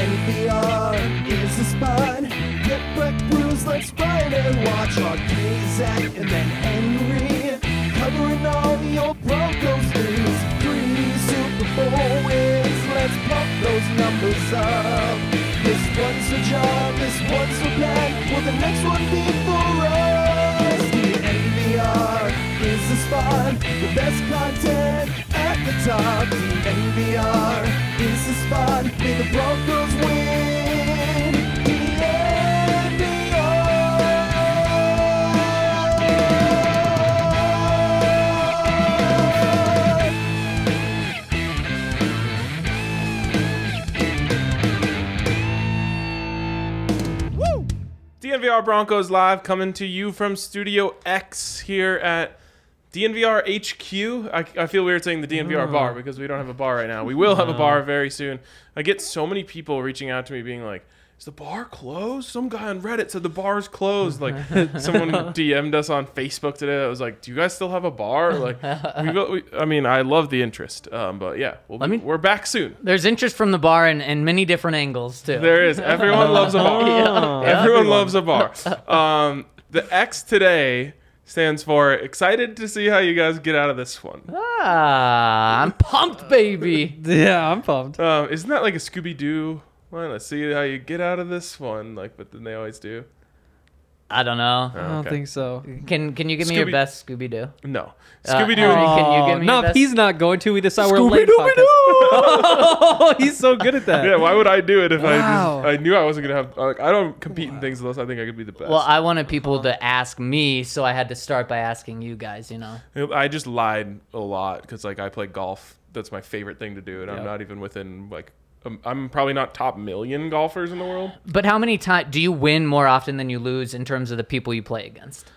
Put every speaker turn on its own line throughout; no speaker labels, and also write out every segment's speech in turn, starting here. NPR is the spot. Get Breck Brews, let's ride and watch our Zach and then Henry covering all the old Broncos news. Three Super Bowl wins, let's pump those numbers up. This one's for John, this one's for Black. Will the next one be for us? The NPR is the spot. The best content at the top. The NPR is the spot. May the Broncos win. The NPR.
DNVR Broncos live coming to you from Studio X here at DNVR HQ. I, I feel weird saying the DNVR bar because we don't have a bar right now. We will have a bar very soon. I get so many people reaching out to me being like, is the bar closed? Some guy on Reddit said the bar's closed. Like someone DM'd us on Facebook today that was like, "Do you guys still have a bar?" Like, we, go- we, I mean, I love the interest, um, but yeah, we'll be,
me-
we're back soon.
There's interest from the bar in, in many different angles too.
There is. Everyone loves a bar. Everyone loves a bar. Um, the X today stands for excited to see how you guys get out of this one.
ah, I'm pumped, baby.
Yeah, I'm pumped.
Um, isn't that like a Scooby Doo? Well, let's see how you get out of this one. Like, but then they always do.
I don't know.
I don't think so.
Can Can you give me your
Scooby-
best Scooby Doo?
No,
Uh,
Scooby Doo.
oh.
Henry, can you give me
no,
your best?
he's not going to. We decide we're late. podcast. he's so good at that.
yeah, why would I do it if
Wow.
I just I knew I wasn't gonna have like I don't compete in things unless I think I could be the best.
Well, I wanted people to ask me, so I had to start by asking you guys. You know.
I just lied a lot because like I play golf. That's my favorite thing to do, and I'm not even within like um, I'm probably not top million golfers in the world.
But how many times do you win more often than you lose in terms of the people you play against?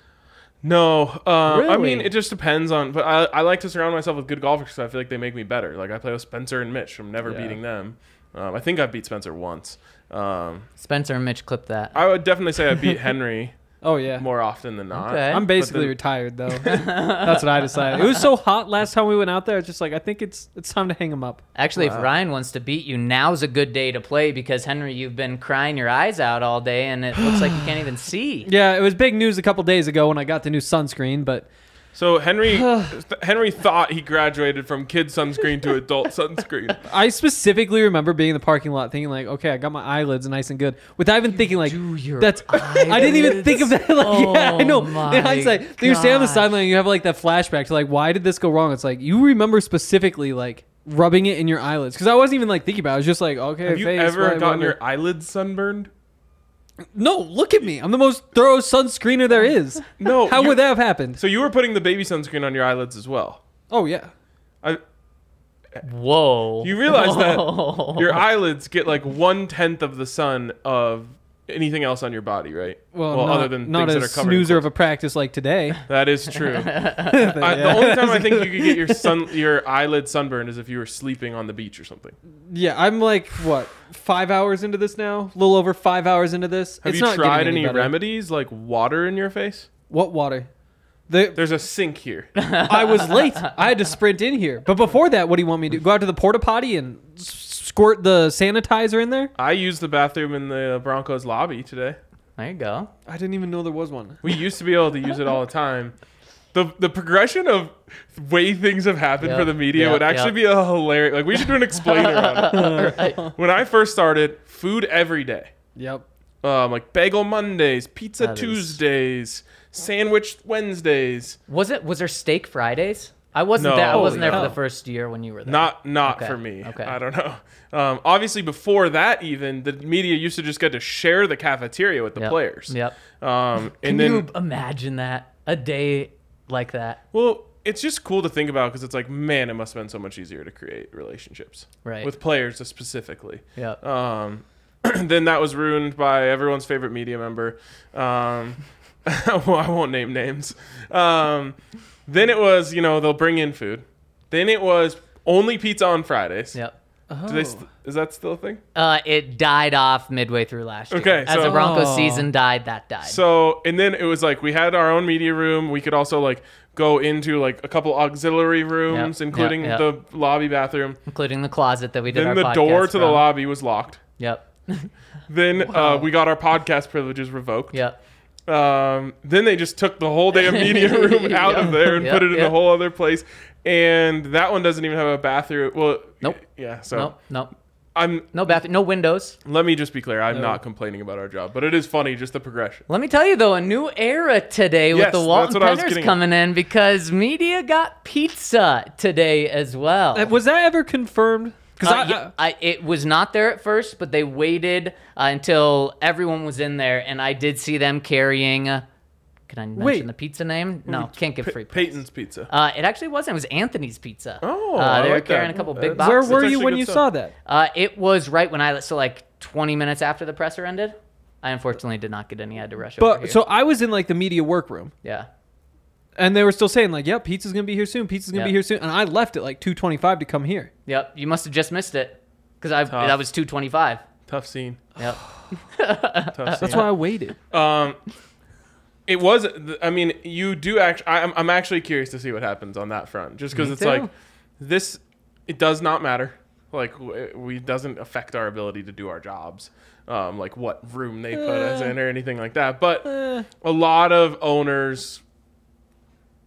No, uh, I mean
Really?
it just depends on. But I, I like to surround myself with good golfers because I feel like they make me better. Like I play with Spencer and Mitch. I'm never beating them. Um, I think I beat Spencer once. Um,
Spencer and Mitch clip that.
I would definitely say I beat Henry
Oh yeah.
more often than not.
Okay.
I'm basically
then-
retired though. That's what I decided. It was so hot last time we went out there. It's just like I think it's it's time to hang him up.
Actually, if Ryan wants to beat you, now's a good day to play because Henry, you've been crying your eyes out all day, and it looks like you can't even see.
Yeah, it was big news a couple days ago when I got the new sunscreen, but
So Henry Henry thought he graduated from kid sunscreen to adult sunscreen.
I specifically remember being in the parking lot thinking like, okay, I got my eyelids nice and good, without even thinking like
do your
that's. I didn't even think of that. Like, yeah, I know.
Oh
In
my
hindsight, then you stand on the
gosh.
sideline, and you have like that flashback to like, why did this go wrong? It's like you remember specifically like rubbing it in your eyelids because I wasn't even like thinking about. it. I was just like, okay,
Have you
face,
ever
whatever,
gotten
whatever.
your eyelids sunburned?
No, look at me. I'm the most thorough sunscreener there is.
No.
How
you-
would that have happened?
So you were putting the baby sunscreen on your eyelids as well.
Oh yeah.
I,
Whoa.
you realize
Whoa.
that your eyelids get like one tenth of the sun of anything else on your body, right?
Well, not,
other than
not
things
a
that are covered. in
snoozer of
clothes.
a practice like today.
that is true. I, the only time I think you could get your sun, your eyelid sunburned is if you were sleeping on the beach or something.
Yeah, I'm like what five hours into this now, a little over five hours into this.
Have
It's
you
not getting
tried any
better.
remedies like water in your face?
What water? The,
There's a sink here.
I was late. I had to sprint in here. But before that, what do you want me to do? Go out to the porta potty and s- squirt the sanitizer in there?
I used the bathroom in the Broncos lobby today.
There you go.
I didn't even know there was one.
We used to be able to use it all the time. The the progression of way things have happened
Yep,
for the media
yep,
would actually
yep.
be a hilarious. Like we should do an explainer on it. When I first started, food every day.
Yep.
Um, like bagel Mondays, pizza
That is-
Tuesdays, sandwich Wednesdays.
Was it? Was there steak Fridays? I wasn't
No.
there. I wasn't there
Holy
for the
cow.
first year when you were there.
Not not
Okay,
for me.
okay.
I don't know. Um, obviously, before that, even the media used to just get to share the cafeteria with the
Yep,
players.
Yep.
Um, and
Can
then
you imagine that a day like that?
Well, it's just cool to think about because it's like, man, it must have been so much easier to create relationships,
Right.
With players specifically.
Yep.
Um, then that was ruined by everyone's favorite media member. Um, well, I won't name names. Um, then it was, you know, they'll bring in food. Then it was only pizza on Fridays.
yep. Oh.
Do they st- is that still a thing?
Uh, it died off midway through last year.
Okay,
As
so-
the Broncos
Oh.
season died, that died.
So, and then it was like we had our own media room. We could also like go into like a couple auxiliary rooms,
yep,
including
yep.
the lobby bathroom.
including the closet that we did
then
our
the
podcast
door to the
from.
lobby was locked.
Yep.
Then uh, we got our podcast privileges revoked.
Yep.
Um, then they just took the whole damn media room out of there and
Yeah,
put it in
yeah.
a whole other place. And that one doesn't even have a bathroom. Well,
Nope.
Yeah. So
Nope. Nope.
I'm.
No bathroom. No windows.
Let me just be clear. I'm not complaining about our job, but it is funny just the progression.
Let me tell you though, a new era today
Yes,
with the
that's
Walton
what I was
Penners
getting at.
coming in because media got pizza today as well.
Uh, Was that ever confirmed? Because
Uh, yeah, I- it was not there at first, but they waited uh, until everyone was in there, and I did see them carrying. Uh, can I mention
Wait.
the pizza name? No, can't give free. press.
Peyton's Pizza.
Uh, it actually wasn't. It was Anthony's Pizza.
Oh,
uh,
I
they were
like that.
carrying a couple big
That's-
where
boxes.
were
That's
you
actually
when
good
you
stuff.
saw that?
Uh, it was right when I so like 20 minutes after the presser ended. I unfortunately did not get any. I had to rush over here.
But so I was in like the media workroom,
yeah,
and they were still saying like, "Yep, pizza's gonna be here soon. Pizza's gonna
Yeah.
be here soon." And I left at like two twenty-five to come here.
yep. You must have just missed it because I
Tough.
that was 225.
Tough scene.
Yep.
Tough scene.
That's why I waited.
it was i mean you do actually I'm, I'm actually curious to see what happens on that front just because
Me
it's
too.
like this it does not matter like w- we doesn't affect our ability to do our jobs um, like what room they put us
Uh.
in or anything like that but a lot of owners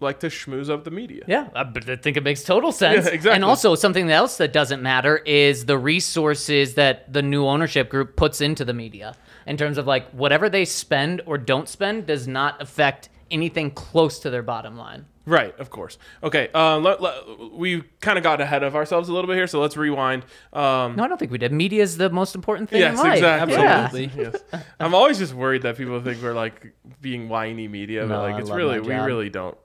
like to schmooze up the media
Yeah, I but I think it makes total sense.
Yeah, exactly.
And also, something else that doesn't matter is the resources that the new ownership group puts into the media in terms of like whatever they spend or don't spend does not affect anything close to their bottom line.
Right, of course. Okay, uh, let, let- we kind of got ahead of ourselves a little bit here, so let's rewind. Um,
No, I don't think we did. Media is the most important thing
Yes,
in life.
exactly.
Yeah.
Absolutely.
yes. I'm always just worried that people think we're like being whiny media, but
No, I
like it's
love
really
my
we
job.
really don't.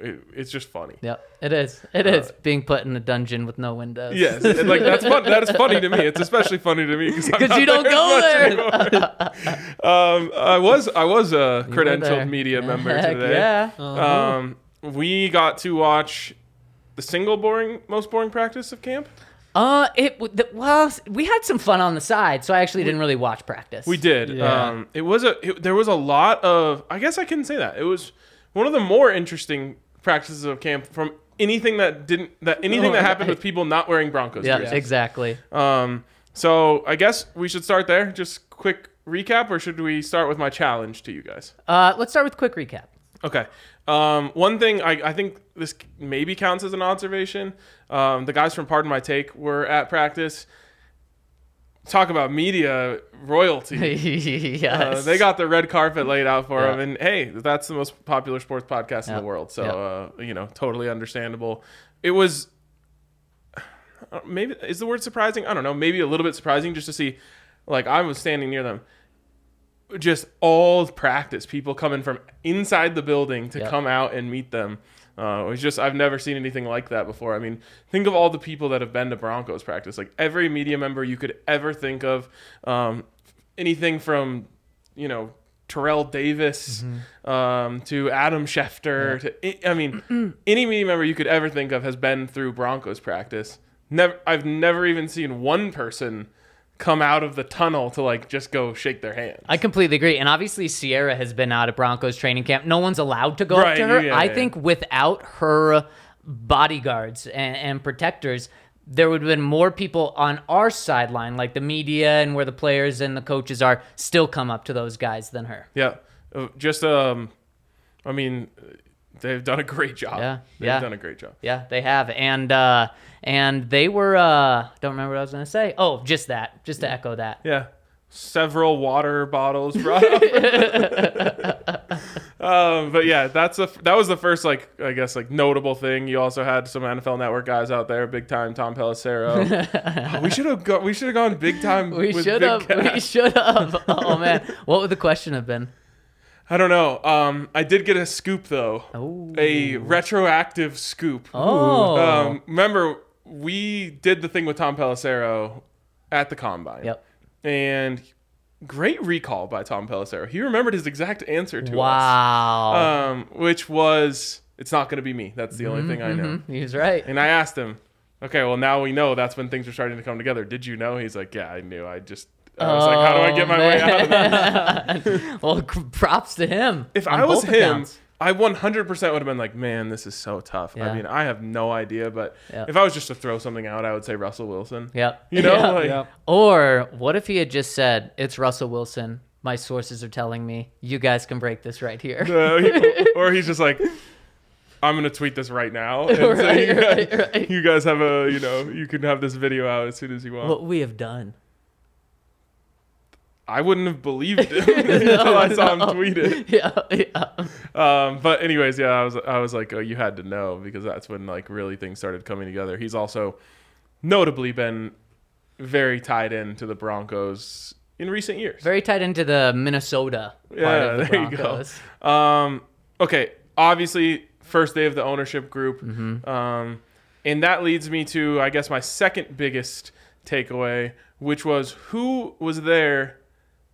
It, it's just funny.
Yep, it is. It is being put in a dungeon with no windows.
Uh, Yes, and, like that's fun. That is funny to me. It's especially funny to me because
Because you don't go there.
Um, I was I was a
there.
credentialed media member
Heck
today.
yeah.
Um, we got to watch the single boring most boring practice of camp.
Uh, it w- the, well, we had some fun on the side, so I actually didn't really watch practice.
We did.
Yeah.
Um, it was a. It, there was a lot of. I guess I can say that it was one of the more interesting practices of camp from anything that didn't that anything that happened with people not wearing Broncos.
Yeah,
jerseys.
exactly.
Um. So I guess we should start there. Just quick recap, or should we start with my challenge to you guys?
Uh, let's start with quick recap.
Okay. Um, one thing I, I think this maybe counts as an observation. Um, the guys from Pardon My Take were at practice. Talk about media royalty.
yes.
Uh, they got the red carpet laid out for
Yeah.
them, and hey, that's the most popular sports podcast in
Yeah.
the world. So uh, you know, totally understandable. It was uh, maybe is the word surprising? I don't know. Maybe a little bit surprising just to see. Like I was standing near them, just all practice people coming from inside the building to
Yeah.
come out and meet them. Uh, it was just I've never seen anything like that before. I mean, think of all the people that have been to Broncos practice. Like every media member you could ever think of, um, anything from you know Terrell Davis um, to Adam Schefter to I I mean any media member you could ever think of has been through Broncos practice. Never I've never even seen one person come out of the tunnel to like just go shake their hand.
I completely agree. And obviously, Sierra has been out at Broncos training camp. No one's allowed to go up
Right,
to her.
yeah,
I
yeah.
think without her bodyguards and, and protectors, there would have been more people on our sideline, like the media and where the players and the coaches are, still come up to those guys than her.
Yeah, Uh, just um, I mean, uh, they've done a great job.
Yeah,
they've
yeah.
done a great job.
Yeah, they have, and uh, and they were uh, don't remember what I was gonna say. Oh, just that, just to echo that.
Yeah, several water bottles brought up. um, but yeah, that's the that was the first like I guess like notable thing. You also had some NFL Network guys out there, big time Tom Pelissero. Oh, we should have go, we should have gone big time.
We
with
should
Big
have.
Cat.
We should have. Oh man, what would the question have been?
I don't know. Um, I did get a scoop though.
Oh.
A retroactive scoop.
Oh.
Um, remember we did the thing with Tom Pelissero at the combine.
Yep.
And great recall by Tom Pelissero. He remembered his exact answer to us.
Wow.
Um, which was it's not going to be me. That's the
Mm-hmm,
only thing I know.
He was right.
And I asked him, "Okay, well now we know that's when things are starting to come together. Did you know?" He's like, "Yeah, I knew. I just I was like, how do I get my
Oh,
way out of that?"
that? well, c- props to him.
if
on
I was
both
him,
accounts.
I 100% would have been like, man, this is so tough. I
Yeah.
mean, I have no idea, but
Yeah.
if I was just to throw something out, I would say Russell Wilson.
Yep.
You know,
Yep.
like,
Yep.
Or what if he had just said, "It's Russell Wilson. My sources are telling me you guys can break this right here."
uh, he- or he's just like, I'm gonna tweet this right now. And say, you, guys,
Right, right, right.
you guys have a, you know, you can have this video out as soon as you want.
what we have done.
I wouldn't have believed it until I saw him tweet it.
Yeah, yeah.
Um, but anyways, yeah, I was, I was like, oh, you had to know because that's when like really things started coming together. He's also notably been very tied in to the Broncos in recent years.
Very tied into the Minnesota part
Yeah,
of the
there you go.
Broncos.
Um, okay, obviously, first day of the ownership group.
Mm-hmm.
Um, and that leads me to, I guess, my second biggest takeaway, which was who was there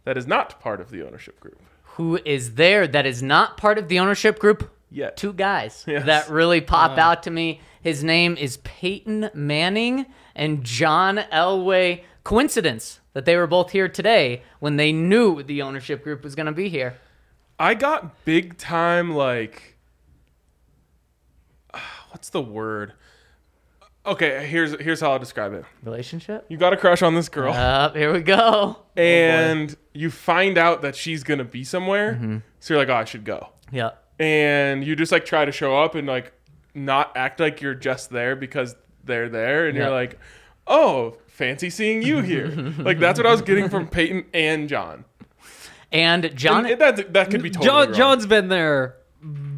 that is not part of the ownership group?
Who is there that is not part of the ownership group?
Yet.
Two guys
Yes.
that really pop out to me. His name is Peyton Manning and John Elway. Coincidence that they were both here today when they knew the ownership group was going to be here.
I got big time, like, what's the word? Okay, here's here's how I'll describe it.
Relationship?
You got a crush on this girl.
Up, here we go.
and you find out that she's gonna be somewhere, so you're like, "Oh, I should go."
Yeah.
and you just like try to show up and like not act like you're just there because they're there and
Yeah.
you're like oh fancy seeing you here like that's what i was getting from peyton and john
And John
and it- that, that could be totally
John
wrong.
John's been there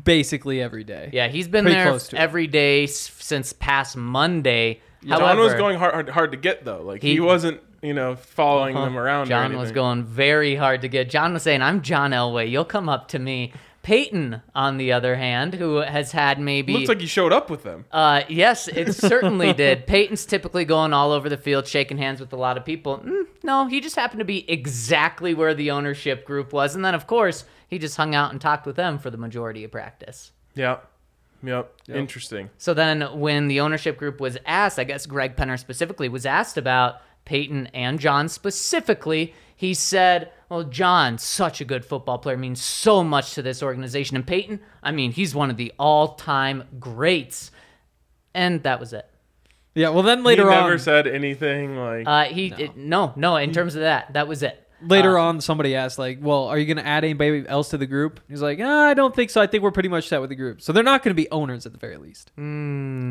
basically every day.
Yeah, he's been
Pretty
there
close to it.
every day s- since past Monday.
john
However,
was going hard, hard hard to get though like he,
He-
wasn't you know following
Huh.
them around or
John was
anything.
going very hard to get. John was saying, "I'm John Elway. You'll come up to me." Peyton, on the other hand, who has had maybe
looks like you showed up with them
Uh, yes, it certainly did. Peyton's typically going all over the field, shaking hands with a lot of people. Mm, no, he just happened to be exactly where the ownership group was, and then of course he just hung out and talked with them for the majority of practice.
yeah yep. interesting
So then, when the ownership group was asked, I guess Greg Penner specifically was asked about Peyton and John specifically, he said, Well, John, such a good football player, means so much to this organization. And Peyton, I mean, he's one of the all time greats. And that was it.
Yeah. Well, then
he
later
never
on,
said anything like
Uh, he no. no, no, in terms of that, that was it.
later
uh,
on, somebody asked like, "Well, are you going to add anybody else to the group?" He's like, ah, "I don't think so. I think we're pretty much set with the group. So they're not going to be owners at the very least."
Mm.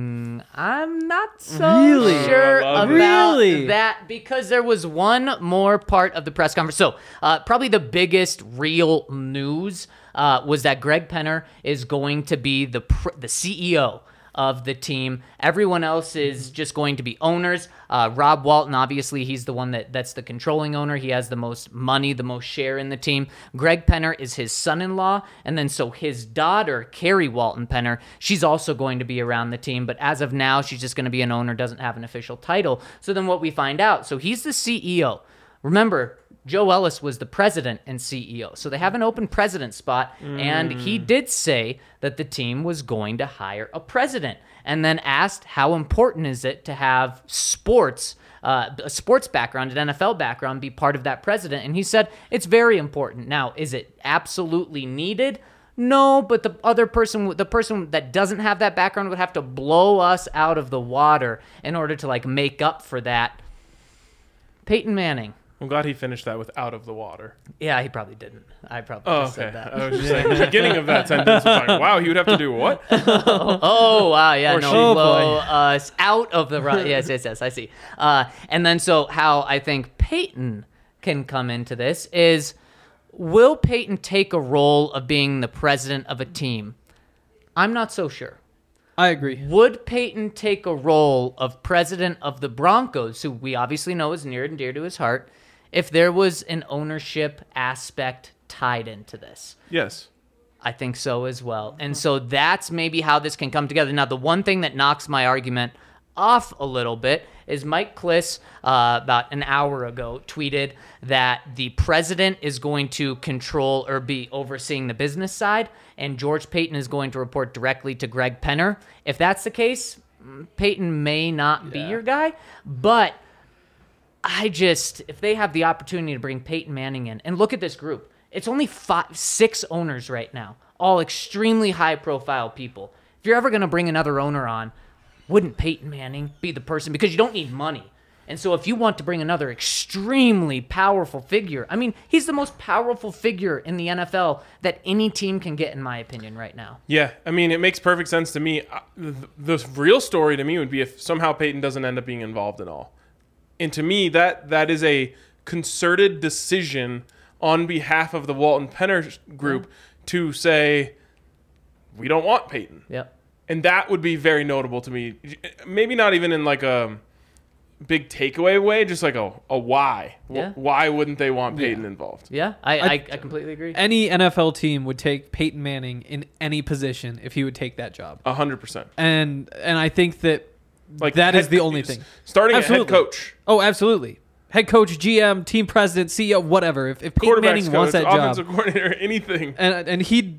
I'm not so
Really?
sure
Oh, I love
about
it.
Really?
that because there was one more part of the press conference. So, uh, probably the biggest real news uh, was that Greg Penner is going to be the pr- the CEO of the team. Everyone else is just going to be owners. Uh, Rob Walton, obviously, he's the one that that's the controlling owner. He has the most money, the most share in the team. Greg Penner is his son-in-law, and then so his daughter Carrie Walton Penner, she's also going to be around the team. But as of now, she's just going to be an owner, doesn't have an official title. So then what we find out, so he's the CEO. Remember, Joe Ellis was the president and CEO. So they have an open president spot. And he did say that the team was going to hire a president and then asked how important is it to have sports. Uh, a sports background, an NFL background, be part of that president. And he said, it's very important. Now, is it absolutely needed? No, but the other person, the person that doesn't have that background, would have to blow us out of the water in order to like make up for that. Peyton Manning.
I'm glad he finished that with out of the water.
Yeah, he probably didn't. I probably
Oh,
just
okay.
said that.
I was just like, the beginning of that sentence was like, wow, he would have to do what?
Oh wow, yeah,
Or
no,
she.
blow
Oh,
us out of the run. yes, yes, yes. I see. Uh, and then so how I think Peyton can come into this is, will Peyton take a role of being the president of a team? I'm not so sure.
I agree.
Would Peyton take a role of president of the Broncos, who we obviously know is near and dear to his heart, if there was an ownership aspect tied into this?
Yes.
I think so as well. And so that's maybe how this can come together. Now, the one thing that knocks my argument off a little bit is Mike Kliss, uh, about an hour ago, tweeted that the president is going to control or be overseeing the business side, and George Payton is going to report directly to Greg Penner. If that's the case, mm, Payton may not be your guy, but I just if they have the opportunity to bring Peyton Manning in and look at this group, it's only five, six owners right now, all extremely high profile people. If you're ever going to bring another owner on, wouldn't Peyton Manning be the person because you don't need money. And so if you want to bring another extremely powerful figure, I mean, he's the most powerful figure in the NFL that any team can get in my opinion right now.
Yeah, I mean, it makes perfect sense to me. I- The, the real story to me would be if somehow Peyton doesn't end up being involved at all. And to me, that that is a concerted decision on behalf of the Walton Penner group to say we don't want Peyton.
Yep.
and that would be very notable to me. Maybe not even in like a big takeaway way, just like a, a why. W-
Yeah.
Why wouldn't they want Peyton involved?
Yeah, I, I, I completely agree.
Any NFL team would take Peyton Manning in any position if he would take that job.
A hundred percent.
And and I think that
Like
that
head-
is the only thing.
Starting at head
Absolutely.
coach,
Oh, absolutely. Head coach, GM, team president, CEO, whatever. If, if Peyton
quarterback
Manning
coach,
wants that
offensive
job,
coordinator, anything.
and and he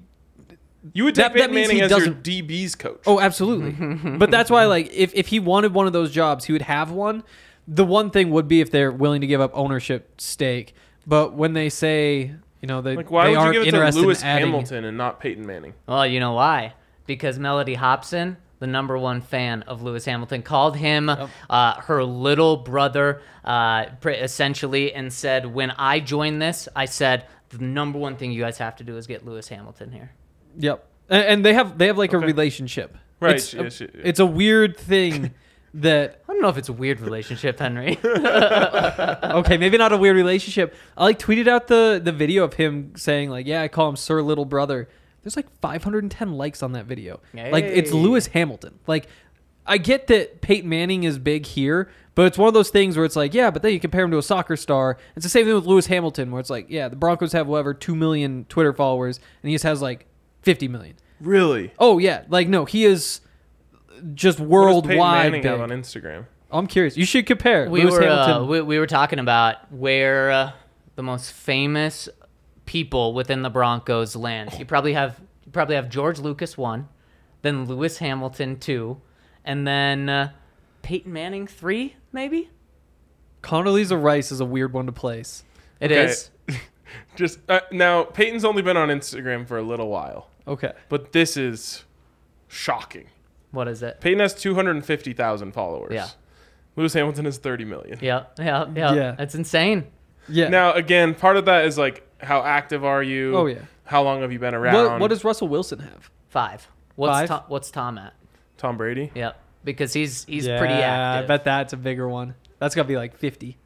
You would
That-
take Peyton
that means
Manning
he
as your
doesn't-
DB's coach.
Oh, absolutely. but that's why, like, if, if he wanted one of those jobs, he would have one. The one thing would be if they're willing to give up ownership stake. But when they say, you know, they,
like why
they
would you
aren't
give it to
interested
Lewis
in adding,
Hamilton and not Peyton Manning?
Well, you know why? Because Melody Hobson, the number one fan of Lewis Hamilton, called him uh, her little brother, uh, pr- essentially, and said, "When I joined this, I said the number one thing you guys have to do is get Lewis Hamilton here."
Yep. And, and they have they have like a relationship.
Right,
It's,
yeah,
a,
she- yeah.
it's a weird thing that
I don't know if it's a weird relationship, Henry.
okay, maybe not a weird relationship. I like tweeted out the the video of him saying like, "Yeah, I call him Sir Little Brother." There's like 510 likes on that video. Like it's
Hey.
Lewis Hamilton. Like I get that Peyton Manning is big here, but it's one of those things where it's like, yeah, but then you compare him to a soccer star. It's the same thing with Lewis Hamilton, where it's like, yeah, the Broncos have whatever two million Twitter followers, and he just has like 50 million.
Really?
Oh yeah, like no, he is just
What does Peyton
worldwide.
Manning
big.
have on Instagram?
I'm curious. You should compare
we
Lewis
were
Hamilton.
uh, we, we were talking about where uh, the most famous people within the Broncos land. You probably have you probably have George Lucas one, then Lewis Hamilton two, and then uh, Peyton Manning three, maybe.
Condoleezza Rice is a weird one to place.
It
Okay.
is.
Just uh, now, Peyton's only been on Instagram for a little while,
Okay.
but this is shocking.
What is it?
Peyton has 250,000 followers.
Yeah.
Lewis Hamilton has 30 million.
Yeah, yeah, yeah.
Yeah.
That's insane.
Yeah.
Now, again, part of that is like, how active are you?
Oh, yeah.
How long have you been around?
um,
what, what does Russell Wilson have?
Five. What's
Five?
Tom, what's Tom at?
Tom Brady?
Yeah, because he's he's pretty active.
I bet that's a bigger one. That's got to be like 50.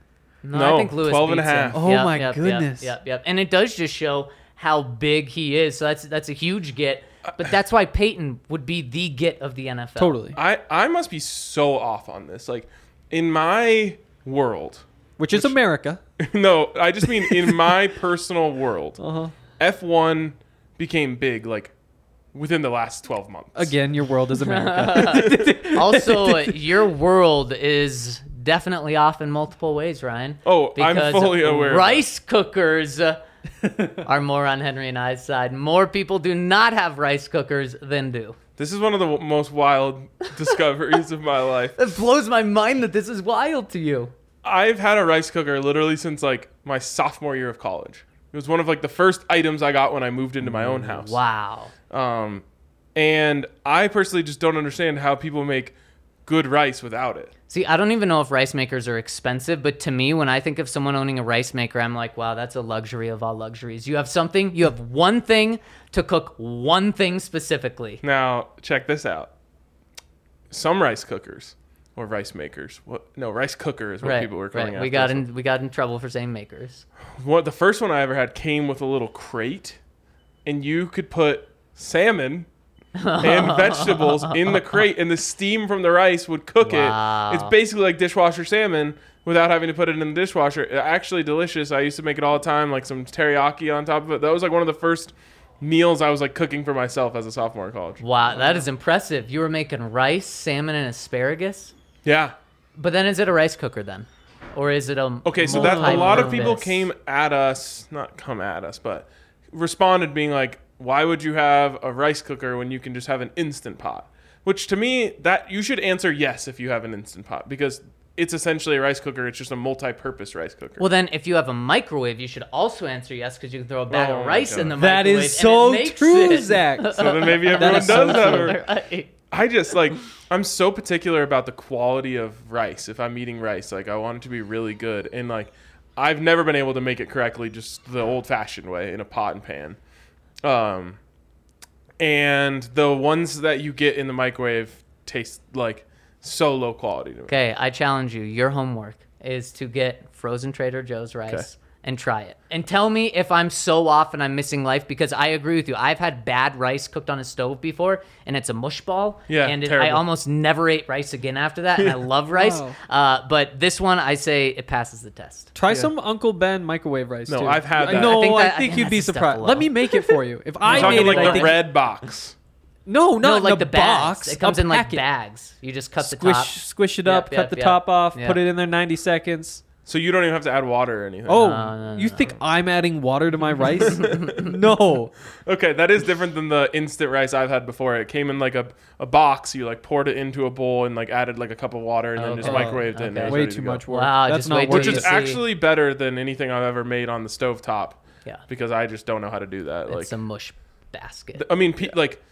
No,
No,
I think Lewis
12 and a
beats him.
half.
Oh my goodness.
Yep, yep, And it does just show how big he is. So that's that's a huge get. But that's why Peyton would be the get of the NFL.
Totally.
I, I must be so off on this. Like, in my world,
Which is America.
no, I just mean in my personal world, F1 became big like within the last 12 months.
Again, your world is America.
Also, your world is definitely off in multiple ways, Ryan.
Oh, I'm fully aware of
Rice cookers are more on Henry and I's side. More people do not have rice cookers than do.
This is one of the w- most wild discoveries of my life.
It blows my mind that this is wild to you.
I've had a rice cooker literally since like my sophomore year of college. It was one of like the first items I got when I moved into my own house.
Wow.
Um, and I personally just don't understand how people make good rice without it.
See, I don't even know if rice makers are expensive, but to me, when I think of someone owning a rice maker, I'm like, wow, that's a luxury of all luxuries. You have something, you have one thing to cook one thing specifically.
Now, check this out. Some rice cookers or rice makers. What? No, rice cooker is what people were calling it.
We got in we got in trouble for saying makers.
One, the first one I ever had came with a little crate, and you could put salmon and vegetables in the crate, and the steam from the rice would cook
Wow.
it. It's basically like dishwasher salmon without having to put it in the dishwasher. It- Actually, delicious. I used to make it all the time, like some teriyaki on top of it. That was like one of the first meals I was like cooking for myself as a sophomore in college.
Wow, that is impressive. You were making rice, salmon, and asparagus.
Yeah.
But then, is it a rice cooker then, or is it a
Okay,
Oh,
so that a lot of people
multi-purpose?
came at us, not come at us, but responded being like, "Why would you have a rice cooker when you can just have an instant pot?" Which to me, that you should answer yes if you have an instant pot because it's essentially a rice cooker. It's just a multi-purpose rice cooker.
Well, then, if you have a microwave, you should also answer yes because you can throw a bag
Oh my
of rice in the
That
microwave.
is so
and it makes
true,
it.
Zach.
so then maybe everyone does
is so
have.
true.
a-
Right.
I just like I'm so particular about the quality of rice. If I'm eating rice, like I want it to be really good, and like I've never been able to make it correctly, just the old-fashioned way in a pot and pan. Um, and the ones that you get in the microwave taste like so low quality to me.
Okay, I challenge you. Your homework is to get frozen Trader Joe's rice and try it. And tell me if I'm so off and I'm missing life because I agree with you. I've had bad rice cooked on a stove before and it's a mush ball.
Yeah,
And it, I
terrible.
almost never ate rice again after that. And I love rice.
Wow.
Uh, but this one, I say it passes the test.
Try some Uncle Ben microwave rice.
No,
too.
I've had
I-
that.
No, I
I think
think,
that- I think
you'd be
that's a step
surprised.
below.
Let me make it for you. If I
I'm talking
made
like
it, I
the
think-
red box.
No, not
No,
in
like
a
the
box.
bags. It comes
a
in like
packet.
bags. You just cut the
Squish,
top.
squish it
Yep,
up,
yep,
cut the
yep.
top off,
Yep.
put it in there 90 seconds.
So you don't even have to add water or anything.
Oh,
no,
you think I'm adding water to my rice? no.
Okay, that is different than the instant rice I've had before. It came in like a, a box. You like poured it into a bowl and like added like a cup of water and then just
Okay.
microwaved it. And it
Oh, Okay.
was
Way
ready to
too
go.
much work.
Wow,
That's
just
not
wait till
worth
which
you
is
see.
it.
actually better than anything I've ever made on the stovetop.
Yeah.
Because I just don't know how to do that.
It's a
like,
mush basket.
I mean, pe- like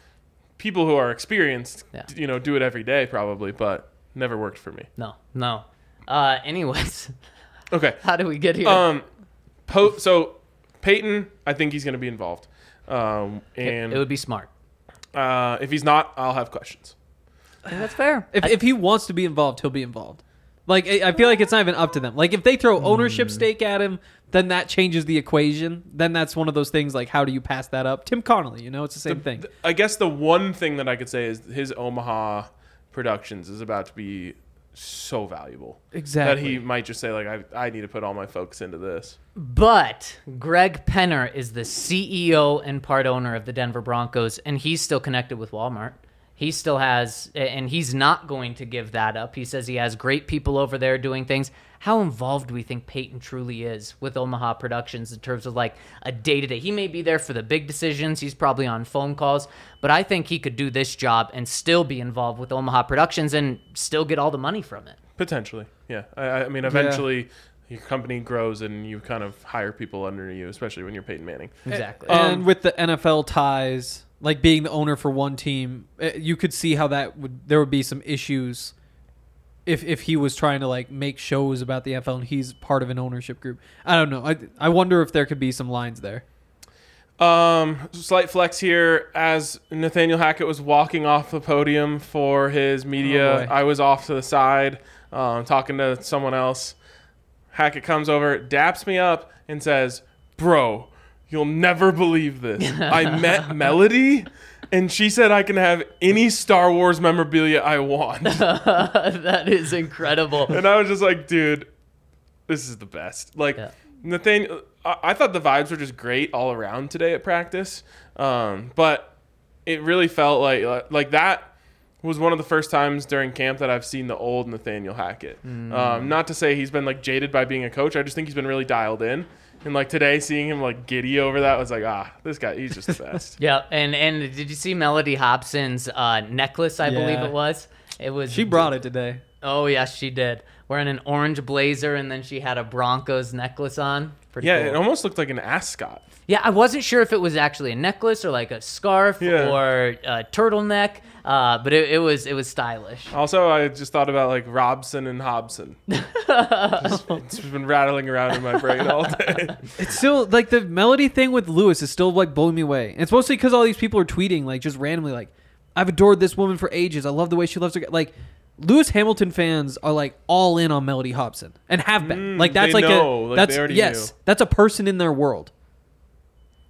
people who are experienced,
Yeah.
d- you know, do it every day probably, but never worked for me.
no, no. Uh, anyways,
Okay.
how do we get here?
Um, po- so Peyton, I think he's going to be involved. Um, and
it would be smart.
uh, if he's not, I'll have questions.
I think that's fair.
If, if he wants to be involved, he'll be involved. Like I I feel like it's not even up to them. Like if they throw
Mm.
ownership stake at him, then that changes the equation. Then that's one of those things like how do you pass that up? Tim Connolly, you know, it's the same thing.
I guess the one thing that I could say is his Omaha Productions is about to be so valuable that
Exactly.
he might just say like I, I need to put all my focus into this.
But Greg Penner is the CEO and part owner of the Denver Broncos, and he's still connected with Walmart. He still has, and he's not going to give that up. He says he has great people over there doing things. How involved do we think Peyton truly is with Omaha Productions in terms of like a day to day? He may be there for the big decisions. He's probably on phone calls, but I think he could do this job and still be involved with Omaha Productions and still get all the money from it.
Potentially, yeah. I- I, I mean, eventually your company grows and you kind of hire people under you, especially when you're Peyton Manning.
Exactly.
and with the NFL ties, like being the owner for one team, eh, you could see how that would there would be some issues if if he was trying to like make shows about the NFL and he's part of an ownership group. I don't know. I I wonder if there could be some lines there.
Um, slight flex here. As Nathaniel Hackett was walking off the podium for his media,
Oh, boy.
I was off to the side um, talking to someone else. Hackett comes over, daps me up, and says, Bro, you'll never believe this. I met Melody, and she said I can have any Star Wars memorabilia I want.
that is incredible.
and I was just like, dude, this is the best. Like,
Yeah.
Nathaniel, I, I thought the vibes were just great all around today at practice, um, but it really felt like like that was one of the first times during camp that I've seen the old Nathaniel Hackett. Um, not to say he's been like jaded by being a coach. I just think he's been really dialed in. And like today, seeing him like giddy over that was like, ah, this guy, he's just the best.
Yeah, and and did you see Melody Hobson's uh, necklace? I believe
Yeah.
it was. It was.
She brought it today.
Oh yes, she did. wearing an orange blazer, and then she had a Broncos necklace on. Pretty
Yeah,
cool.
it almost looked like an ascot.
Yeah, I wasn't sure if it was actually a necklace or like a scarf
Yeah.
or a turtleneck, uh, but it, it was it was stylish.
Also, I just thought about like Robson and Hobson. Just- it's been rattling around in my brain all day.
It's still like the melody thing with Lewis is still like blowing me away. And it's mostly because all these people are tweeting like just randomly like, "I've adored this woman for ages. I love the way she loves her." g-" Like, Lewis Hamilton fans are like all in on Melody Hobson and have been. like that's
Mm, they
like a
know, like,
that's
they already
yes,
knew.
that's a person in their world.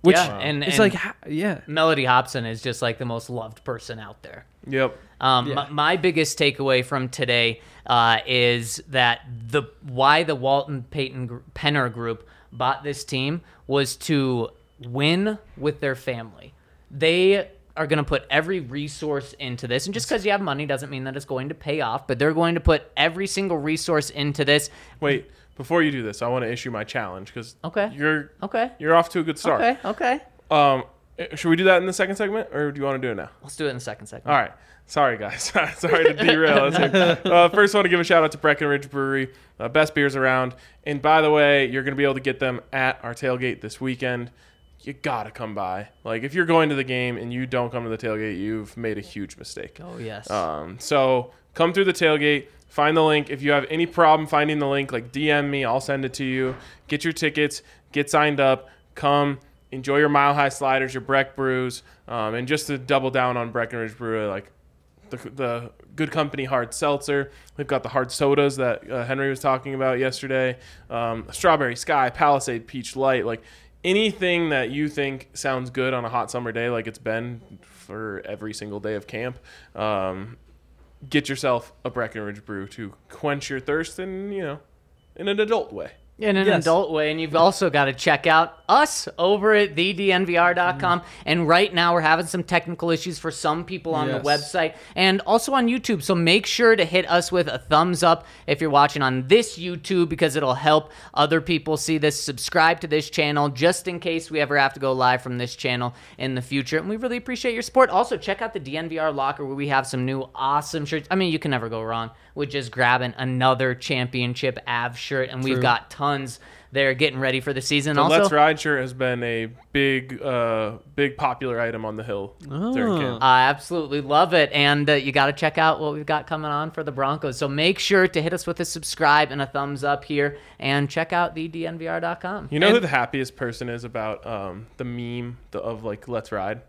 Which
yeah, and,
it's
and
like ha- yeah,
Melody Hobson is just like the most loved person out there.
Yep.
Um, my, my biggest takeaway from today uh, is that the why the Walton Payton gr- Penner Group bought this team was to win with their family. They are going to put every resource into this, and just because you have money doesn't mean that it's going to pay off. But they're going to put every single resource into this.
Wait, before you do this, I want to issue my challenge because
Okay.
you're
Okay.
you're off to a good start.
Okay. Okay.
Um, should we do that in the second segment, or do you want to do it now?
Let's do it in the second segment.
All right. Sorry, guys. Sorry to derail us here. Uh, first, I want to give a shout out to Breckenridge Brewery, uh, best beers around. And by the way, you're going to be able to get them at our tailgate this weekend. You got to come by. Like, if you're going to the game and you don't come to the tailgate, you've made a huge mistake.
Oh yes.
Um, so come through the tailgate, find the link. If you have any problem finding the link, like DM me, I'll send it to you. Get your tickets, get signed up, come enjoy your mile high sliders, your Breck brews, um, and just to double down on Breckenridge Brewer, like the, the Good Company hard seltzer. We've got the hard sodas that uh, Henry was talking about yesterday. Um, strawberry Sky, Palisade Peach Light, like anything that you think sounds good on a hot summer day, like it's been for every single day of camp. Um, get yourself a Breckenridge brew to quench your thirst in you know in an adult way.
in an
Yes.
adult way and you've also got to check out us over at thednvr.com
Mm-hmm.
and right now we're having some technical issues for some people on
Yes.
the website and also on youtube so make sure to hit us with a thumbs up if you're watching on this youtube because it'll help other people see this subscribe to this channel just in case we ever have to go live from this channel in the future and we really appreciate your support also check out the dnvr locker where we have some new awesome shirts i mean you can never go wrong with just grabbing another championship av shirt and we've got tons there getting ready for the season
The
also
Let's Ride shirt has been a big, uh, big popular item on the hill during camp.
I absolutely love it. And uh, you got to check out what we've got coming on for the Broncos. So make sure to hit us with a subscribe and a thumbs up here and check out thednvr.com.
You know who the happiest person is about um, the meme the, of like Let's Ride?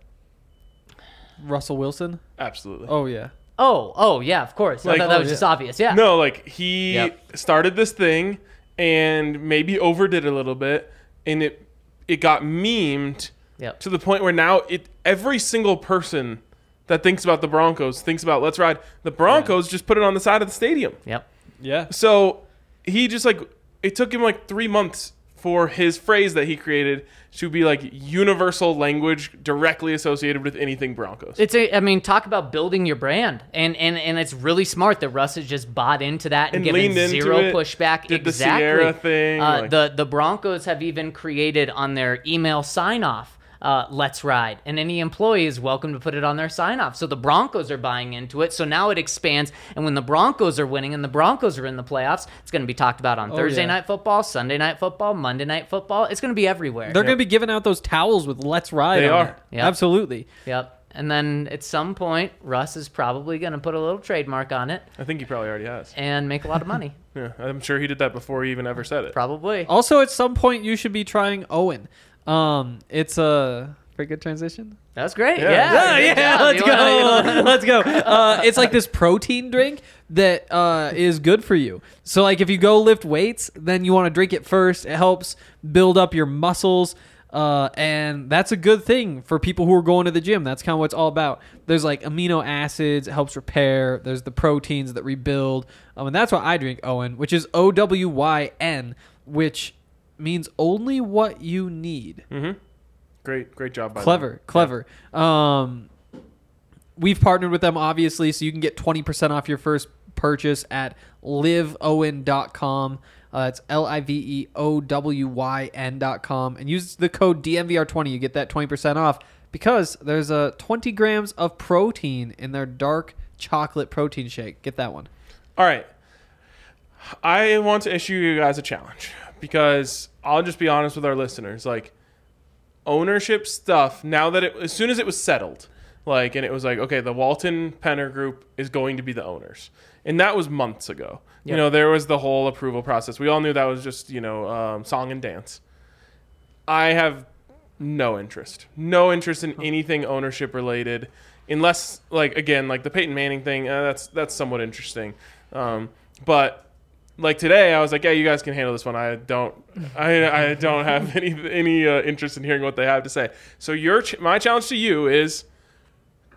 Russell Wilson.
Absolutely.
Oh yeah,
Oh, oh, yeah, of course. I
Like-
thought that
Oh,
was just
yeah.
obvious. Yeah.
No, like he
Yep.
started this thing and maybe overdid it a little bit, and it it got memed
Yep.
to the point where now it every single person that thinks about the Broncos thinks about Let's Ride. The Broncos just put it on the side of the stadium.
Yep.
yeah.
So he just like it took him like three months for his phrase that he created to be like universal language directly associated with anything Broncos.
It's a, I mean, talk about building your brand. And, and, and it's really smart that Russ has just bought into that and,
And
given
leaned into
zero
it,
pushback.
did the
exactly.
Sierra thing,
Uh,
like-
the, the Broncos have even created on their email sign off. Uh, let's ride, and any employee is welcome to put it on their sign off. So the Broncos are buying into it. So now it expands, and when the Broncos are winning and the Broncos are in the playoffs, it's going to be talked about
Oh,
on Thursday
yeah.
night football, Sunday night football, Monday night football. It's going to be everywhere.
They're gonna be giving out those towels with "Let's Ride."
They
on
are.
it.
Yep.
absolutely.
Yep. And then at some point, Russ is probably going to put a little trademark on it
I think he probably already has.
and make a lot of money.
Yeah, I'm sure he did that before he even ever said it.
probably.
Also, at some point, you should be trying Owen. Um, it's a pretty good transition.
That's great. Yeah.
Yeah,
good
yeah,
job.
let's
You wanna-
go. let's go. Uh, it's like this protein drink that uh, is good for you. So, like, if you go lift weights, then you want to drink it first. It helps build up your muscles. Uh, and that's a good thing for people who are going to the gym. That's kind of what it's all about. There's like amino acids, it helps repair. There's the proteins that rebuild. Um, and that's why I drink Owen, which is O W Y N, which means only what you need
Great, great job by them.
clever clever um we've partnered with them obviously so you can get 20% off your first purchase at liveowen.com uh, it's l-i-v-e-o-w-y-n.com and use the code dmvr20 you get that 20% off because there's uh, 20 grams of protein in their dark chocolate protein shake get that one
All right. I want to issue you guys a challenge because I'll just be honest with our listeners. Like, ownership stuff, now that it, as soon as it was settled, like, and it was like, okay, the Walton Penner Group is going to be the owners. And that was months ago. You know, there was the whole approval process. We all knew that was just, you know, um, song and dance. I have no interest. No interest in anything ownership related, unless like again like the Peyton Manning thing. Uh, that's that's somewhat interesting, um, but like today I was like, yeah, you guys can handle this one. I don't I, I don't have any any uh, interest in hearing what they have to say. So your ch- my challenge to you is.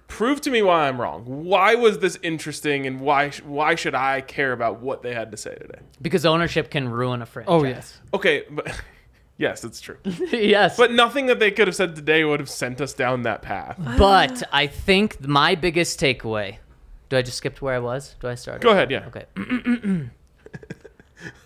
Prove to me why I'm wrong. Why was this interesting, and why sh- why should I care about what they had to say today?
because ownership can ruin a franchise.
Oh yes.
Okay, but yes, it's true.
yes.
But nothing that they could have said today would have sent us down that path.
But I think my biggest takeaway. Do I just skip to where I was? Do I start?
Go ahead, yeah.
Okay.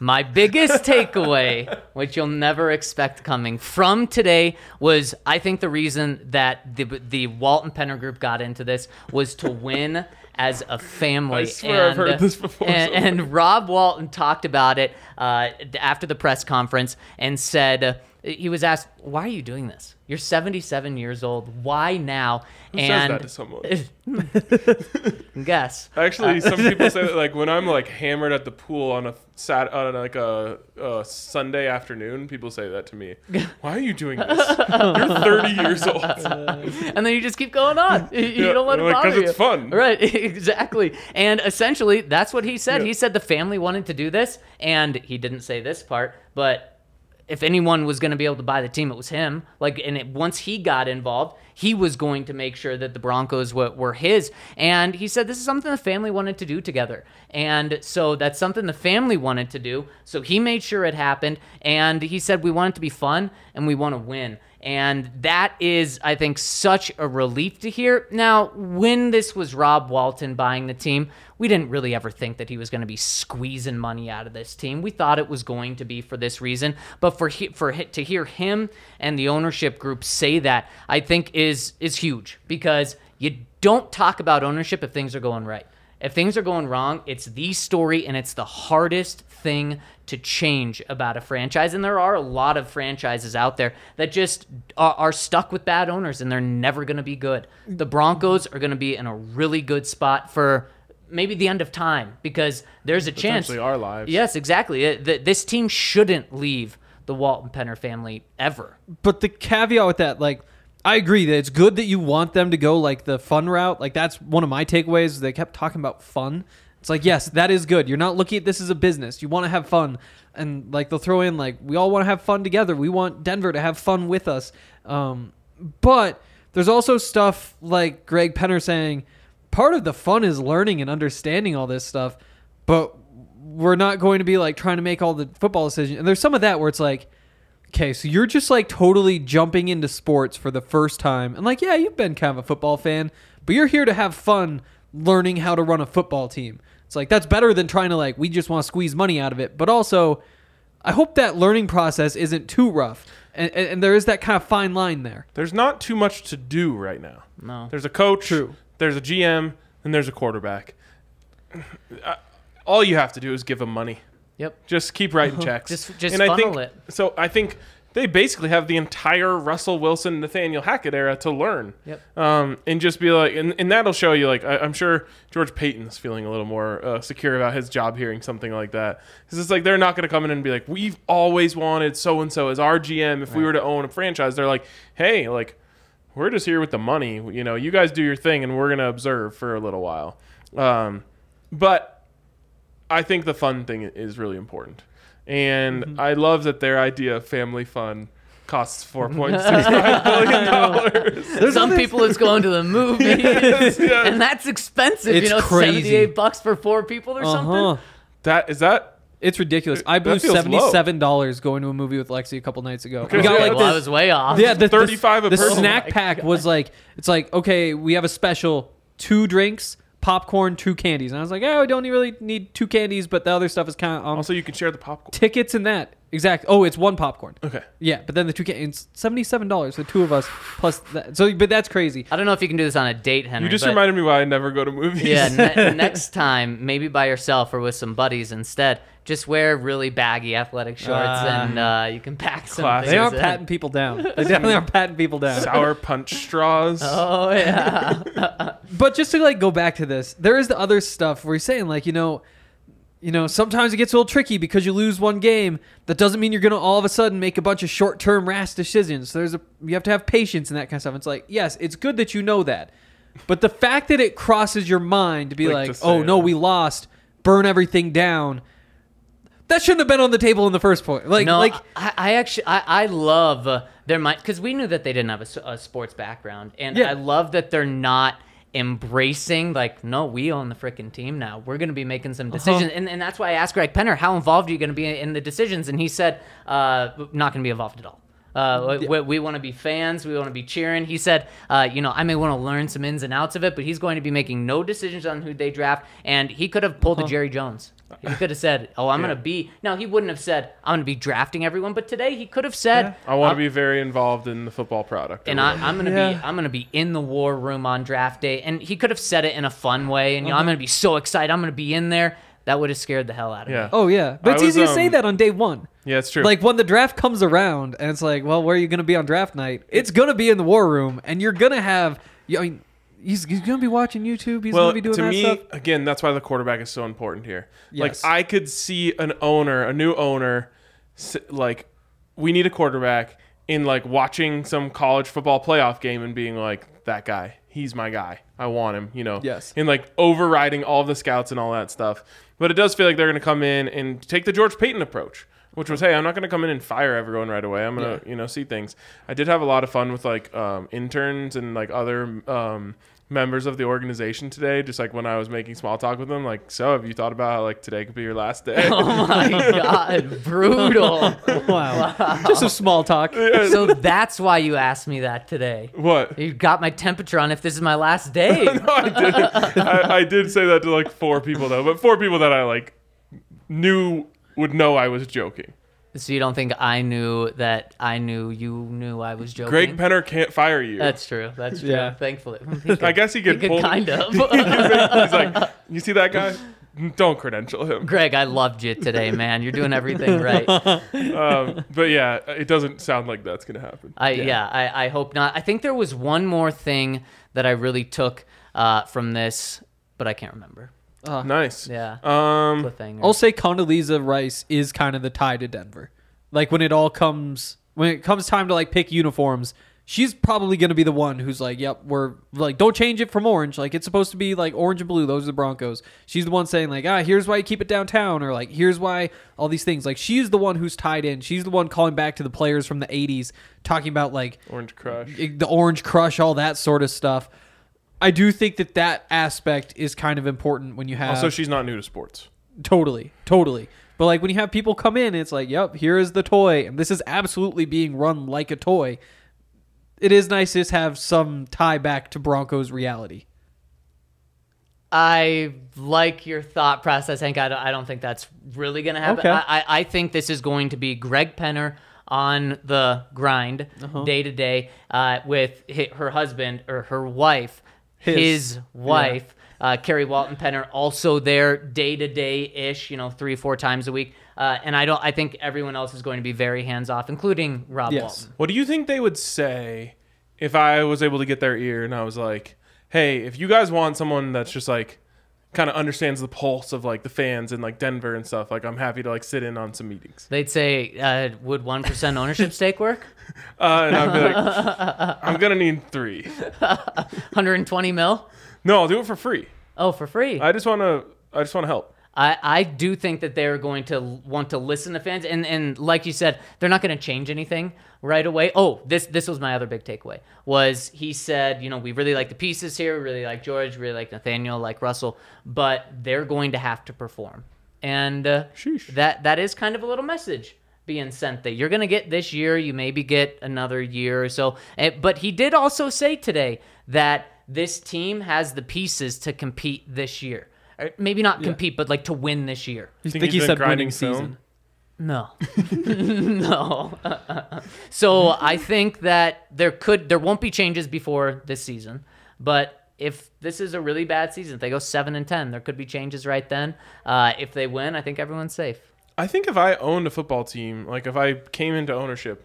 my biggest takeaway, which you'll never expect coming from today, was I think the reason that the the Walton Penner Group got into this was to win as a family.
I swear I've
and- uh,
heard this before
And,
somewhere.
and Rob Walton talked about it uh, after the press conference and said. uh, he was asked, "Why are you doing this? You're 77 years old. Why now?"
says
and
that to someone?
guess.
Actually, some people say that like when I'm like hammered at the pool on a sat on like a, a Sunday afternoon, people say that to me. Why are you doing this? You're 30 years old.
and then you just keep going on. You you
Yeah,
don't let it
like,
bother
'cause it's
you.
fun.
right? Exactly. And essentially, that's what he said.
Yeah.
He said the family wanted to do this, and he didn't say this part, but if anyone was going to be able to buy the team, it was him. Like, and it, once he got involved, he was going to make sure that the Broncos were, were his. And he said this is something the family wanted to do together, and so that's something the family wanted to do. So he made sure it happened, and he said we want it to be fun and we want to win. And that is, I think, such a relief to hear. Now, when this was Rob Walton buying the team, we didn't really ever think that he was going to be squeezing money out of this team. We thought it was going to be for this reason, but for he, for hi- to hear him and the ownership group say that, I think is is huge because you don't talk about ownership if things are going right. If things are going wrong, it's the story and it's the hardest thing to change about a franchise. And there are a lot of franchises out there that just are, are stuck with bad owners and they're never going to be good. The Broncos are going to be in a really good spot for maybe the end of time because there's a chance.
Potentially our lives.
Yes, exactly. Th- th- This team shouldn't leave the Walton Penner family ever.
But the caveat with that, like, I agree that it's good that you want them to go like the fun route. Like that's one of my takeaways. They kept talking about fun. It's like yes, that is good. You're not looking at this as a business. You want to have fun, and like they'll throw in like we all want to have fun together. We want Denver to have fun with us. Um, but there's also stuff like Greg Penner saying, part of the fun is learning and understanding all this stuff, but we're not going to be like trying to make all the football decisions. And there's some of that where it's like, Okay, so you're just like totally jumping into sports for the first time. And like, yeah, you've been kind of a football fan, but you're here to have fun learning how to run a football team. It's like that's better than trying to like we just want to squeeze money out of it. But also, I hope that learning process isn't too rough. And, and, and there is that kind of fine line there.
There's not too much to do right now.
No.
There's a coach.
True.
There's a GM, and there's a quarterback. I- All you have to do is give them money.
Yep.
Just keep writing checks.
Uh-huh. Just- just
and I
funnel
think,
it.
So I think they basically have the entire Russell Wilson, Nathaniel Hackett era to learn.
Yep.
Um, and just be like, and, and that'll show you, like, I, I'm sure George Payton's feeling a little more uh, secure about his job hearing something like that. Because it's like they're not going to come in and be like, we've always wanted so and so as our GM. If we were to own a franchise, they're like, hey, like, we're just here with the money. You know, you guys do your thing, and we're going to observe for a little while. Um, but I think the fun thing is really important. And
Mm-hmm.
I love that their idea of family fun costs four point six five billion dollars.
Some people it's going to the movies, and that's expensive. you
It's
know,
crazy.
seventy-eight bucks for four people or
Uh-huh.
something.
That is that
It's ridiculous. I
That
blew
feels low.
$77 going to a movie with Lexi a couple nights ago. We got
yeah,
like
well, I
this
was way off.
Yeah, the,
35
the,
a
the
person.
snack
Oh my
pack was like it's like okay, we have a special two drinks, popcorn, two candies, and I was like, oh, we don't really need two candies, but the other stuff is kind of on
also you can share the popcorn.
tickets and that Exactly. Oh, it's one popcorn.
Okay.
Yeah, but then the two can it's seventy seven dollars. The two of us plus that. So, but that's crazy.
I don't know if you can do this on a date, Henry.
You just
but-
reminded me why I never go to movies.
Yeah, ne- next time, maybe by yourself or with some buddies instead. Just wear really baggy athletic shorts, and uh, you can pack some.
Classic.
Ah. They
things
aren't
in.
patting people down. They definitely aren't patting people down.
Sour punch straws.
Oh yeah.
But just to like go back to this, there is the other stuff where you're saying like you know, you know sometimes it gets a little tricky because you lose one game. That doesn't mean you're gonna all of a sudden make a bunch of short term rash decisions. So there's a you have to have patience and that kind of stuff. It's like yes, it's good that you know that, but the fact that it crosses your mind to be
Like
like,
to say
oh no,
that.
we lost, burn everything down. That shouldn't have been on the table in the first point. Like
no,
like
I, I actually I, I love uh, their mind because we knew that they didn't have a s- a, sports background, and
Yeah.
I love that they're not embracing like no we own the freaking team now we're going to be making some decisions and, and that's why i asked greg penner how involved are you going to be in the decisions and he said uh not going to be involved at all uh we, we want to be fans we want to be cheering he said uh you know i may want to learn some ins and outs of it but he's going to be making no decisions on who they draft and he could have pulled a jerry jones he could have said oh i'm going to be now he wouldn't have said i'm going to be drafting everyone but today he could have said
I want to be very involved in the football product. or
and I, I'm gonna be
Yeah.
I'm gonna be in the war room on draft day. And he could have said it in a fun way, and you know,
Uh-huh.
I'm gonna be so excited, I'm gonna be in there. That would have scared the hell out of
Yeah.
me.
oh yeah, but
I
it's
was,
easy to say
um,
that on day one.
Yeah, it's true.
Like when the draft comes around and it's like, well, where are you going to be on draft night? It's going to be in the war room and you're going to have, I mean, he's, he's going to be watching YouTube. He's
well,
going to be doing
to
that
me,
stuff.
again, that's why the quarterback is so important here.
Yes.
Like I could see an owner, a new owner, s- like we need a quarterback in like watching some college football playoff game and being like that guy. He's my guy. I want him, you know.
Yes.
And like overriding all the scouts and all that stuff. But it does feel like they're going to come in and take the George Payton approach, which was, hey, I'm not going to come in and fire everyone right away. I'm going to, you know, see things. I did have a lot of fun with like um, interns and like other um, members of the organization today, just like when I was making small talk with them, like, so have you thought about how like today could be your last day?
Oh my god, brutal.
Wow. Just a small talk.
so that's why you asked me that today.
what?
You got my temperature on if this is my last day.
No, I did. I, I did say that to like four people though, but four people that I like knew would know I was joking.
so you don't think I knew that I knew you knew I was joking?
Greg Penner can't fire you.
That's true. That's true.
Yeah.
Thankfully. He
I
could-
guess he
he
could,
could
pull-
kind of.
He's like, you see that guy? Don't credential him.
Greg, I loved you today, man. You're doing everything right.
Um, but yeah, it doesn't sound like that's gonna happen.
I yeah, I, I hope not. I think there was one more thing that I really took uh, from this, but I can't remember.
nice.
Yeah,
Um,
the thing.
I'll say Condoleezza Rice is kind of the tie to Denver. Like when it all comes, when it comes time to like pick uniforms, she's probably going to be the one who's like, yep, we're like, don't change it from orange. Like it's supposed to be like orange and blue. Those are the Broncos. She's the one saying like, ah, here's why you keep it downtown or like, here's why all these things. Like she's the one who's tied in. She's the one calling back to the players from the 80s, talking about like,
Orange Crush.
the orange crush all that sort of stuff i do think that that aspect is kind of important when you have
Also, she's not new to sports.
totally totally but like when you have people come in it's like yep here is the toy and this is absolutely being run like a toy it is nice to just have some tie back to broncos reality
I like your thought process, Hank. I don't, I don't think that's really going to happen.
Okay.
I, I, I think this is going to be Greg Penner on the grind
Uh-huh.
day to day uh, with hi- her husband or her wife, his, wife, uh, Carrie Walton Penner, also there day to day ish, you know, three, four times a week. Uh, and I don't. I think everyone else is going to be very hands off, including Rob
Yes.
Walton.
What do you think they would say if I was able to get their ear and I was like, "Hey, if you guys want someone that's just like kind of understands the pulse of like the fans in like Denver and stuff, like I'm happy to like sit in on some meetings."
They'd say, uh, "Would one percent ownership stake work?
Uh, and I'd be like, "I'm gonna need three.
120 mil?
No, I'll do it for free.
Oh, for free."
I just want to. I just want to help."
I, I do think that they're going to l- want to listen to fans and, and like you said they're not going to change anything right away oh this this was my other big takeaway was he said you know we really like the pieces here we really like george really like nathaniel like russell but they're going to have to perform and uh,
Sheesh.
that that is kind of a little message being sent that you're going to get this year you maybe get another year or so Eh, but he did also say today that this team has the pieces to compete this year or maybe not compete but like to win this year
i think,
he's
he
been
said
grinding
winning
film?
season
No, no. so I think that there could there won't be changes before this season, but if this is a really bad season, if they go seven and ten, there could be changes right then. Uh, if they win, I think everyone's safe.
I think if I owned a football team, like if I came into ownership,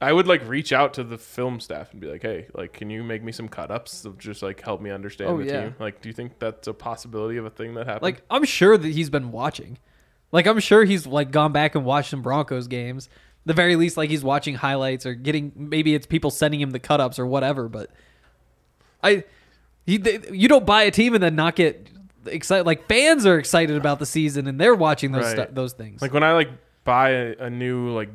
I would like reach out to the film staff and be like, "Hey, like, can you make me some cut ups to just like help me understand
Oh,
the
yeah.
team?" Like, do you think that's a possibility of a thing that happened?
Like I'm sure that he's been watching. Like I'm sure he's like gone back and watched some Broncos games. The very least, like he's watching highlights or getting maybe it's people sending him the cut ups or whatever. But I, you, they- you don't buy a team and then not get excited. Like fans are excited about the season and they're watching those
Right.
stu- those things.
Like when I like buy a, a new like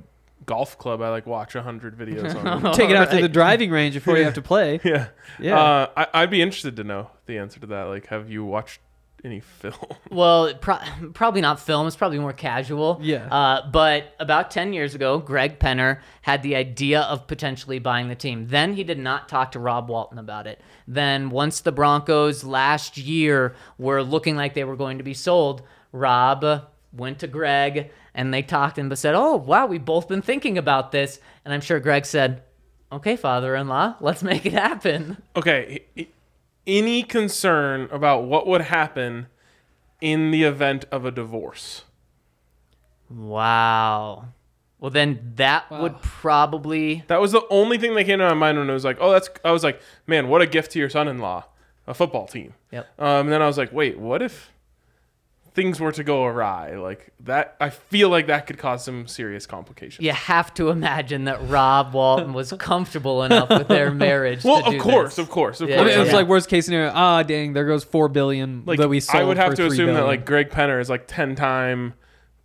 golf club, I like watch a hundred videos on. it.
Take it out to the driving range before you have to play.
Yeah,
Yeah.
Uh, I, I'd be interested to know the answer to that. Like, have you watched any film?
Well, it pro- probably not film. It's probably more casual.
Yeah.
Uh, but about 10 years ago, Greg Penner had the idea of potentially buying the team. Then he did not talk to Rob Walton about it. Then, once the Broncos last year were looking like they were going to be sold, Rob uh, went to Greg and they talked and said, Oh, wow, we've both been thinking about this. And I'm sure Greg said, Okay, father in law, let's make it happen.
okay, h- h- any concern about what would happen in the event of a divorce?
Wow. Well, then that would probably.
That was the only thing that came to my mind when it was like, oh, that's. I was like, man, what a gift to your son-in-law, a football team.
Yep.
Um, and then I was like, wait, what if things were to go awry? Like that, I feel like that could cause some serious complications.
You have to imagine that Rob Walton was comfortable enough with their marriage.
Well,
to do
of course,
this.
of course, of
Yeah,
I mean,
course.
yeah,
I'm
It's
yeah.
like,
like worst case scenario. Ah, dang, there goes four billion
like,
that we sold.
I would have
for
to
$3
assume that
billion.
like Greg Penner is like ten time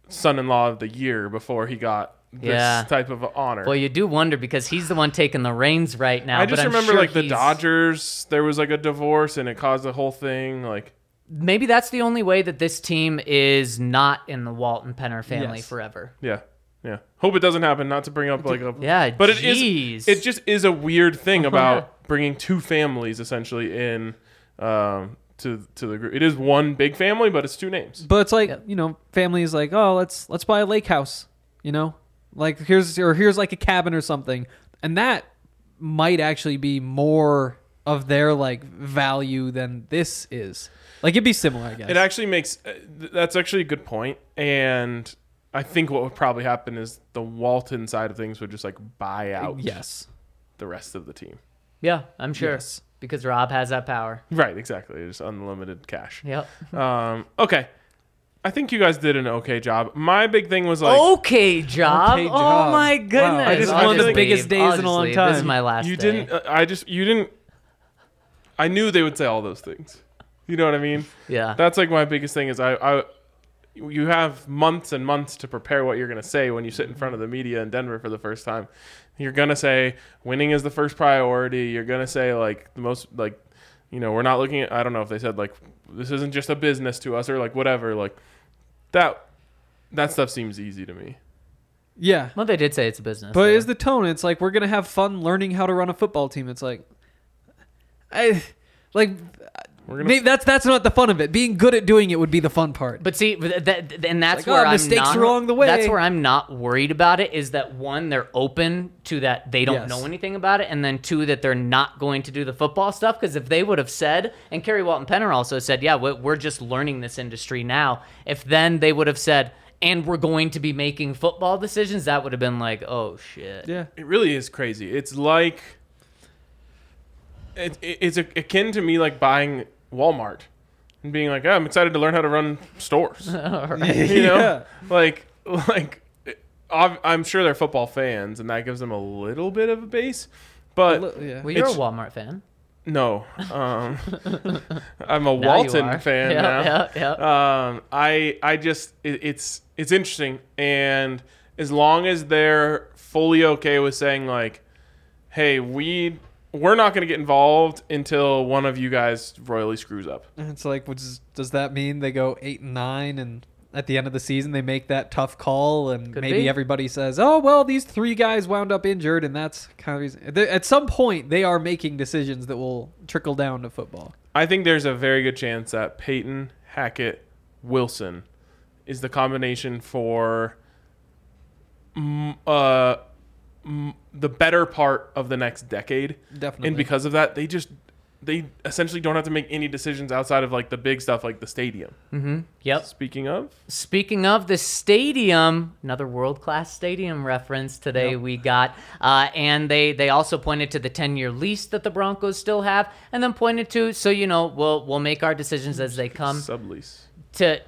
son-in-law of the year before he got this
Yeah.
type of honor.
Well, you do wonder because he's the one taking the reins right now.
I
but
just
I'm
remember
sure
like the
he's-
Dodgers. There was like a divorce, and it caused the whole thing. Like
Maybe that's the only way that this team is not in the Walton Penner family
Yes.
forever.
Yeah. Yeah. Hope it doesn't happen. Not to bring up like a
Yeah,
but it is.
jeez. Oh,
It just is a weird thing about bringing two families essentially in um, to to the group. It is one big family, but it's two names.
But it's like you know, family is like, oh, let's let's buy a lake house, you know, like here's or here's like a cabin or something, and that might actually be more of their like value than this is. Like it'd be similar, I guess.
It actually makes uh, th- that's actually a good point, and I think what would probably happen is the Walton side of things would just like buy out
yes,
the rest of the team.
Yeah, I'm sure.
Yes.
Because Rob has that power.
Right, exactly. It's unlimited cash.
Yep.
Um, okay. I think you guys did an okay job. My big thing was
Oh,
like
okay, job.
Okay,
Oh
job.
my
Wow.
goodness.
I just
I'll
one of the
leave.
biggest days
I'll
in a
just
long
leave. This is
time.
my last
you
day.
didn't uh, i just you didn't i knew they would say all those things you know what i mean
Yeah.
that's like my biggest thing is i i you have months and months to prepare what you're going to say when you sit in front of the media in denver for the first time you're going to say winning is the first priority you're going to say like the most like you know we're not looking at i don't know if they said like this isn't just a business to us or like whatever like that that stuff seems easy to me
yeah.
Well, they did say it's a business.
But
so-
is the tone? It's like we're gonna have fun learning how to run a football team. It's like, I like.
we're going
maybe
to
that's that's not the fun of it. Being good at doing it would be the fun part.
But see, th- th- th- and
Like,
that's where
oh,
I'm
mistakes
not,
along the way.
That's where I'm not worried about it. Is that one, they're open to that they don't
Yes.
know anything about it, and then two, that they're not going to do the football stuff because if they would have said, and Kerry Walton Penner also said, yeah, we- we're just learning this industry now. If then they would have said, and we're going to be making football decisions, that would have been like, oh shit.
yeah,
it really is crazy. It's like it, it- it's a, akin to me like buying Walmart and being like, oh, I'm excited to learn how to run stores. You know,
Yeah.
like like ob- I'm sure they're football fans, and that gives them a little bit of a base. But
Li- yeah.
Well, you're
It's-
a Walmart fan.
no, um, I'm a
Now you
Walton
are.
fan
Yeah,
now
yeah,
Uh,
yeah.
um, I I just it, it's it's interesting, and as long as they're fully okay with saying like, "Hey, we we're not going to get involved until one of you guys royally screws up."
And It's like, which is, does that mean they go eight and nine, and at the end of the season they make that tough call, and
Could
maybe
be.
everybody says, "Oh well, these three guys wound up injured," and that's kind of reason. they- At some point, they are making decisions that will trickle down to football.
I think there's a very good chance that Peyton Hackett Wilson is the combination for m- uh, m- the better part of the next decade.
Definitely.
And because of that, they just they essentially don't have to make any decisions outside of like the big stuff like the stadium.
Hmm.
Yep.
Speaking of,
Speaking of the stadium, another world class stadium reference today we got, uh, and they they also pointed to the ten year lease that the Broncos still have, and then pointed to so you know we'll we'll make our decisions as they
Um,
come
sublease.
to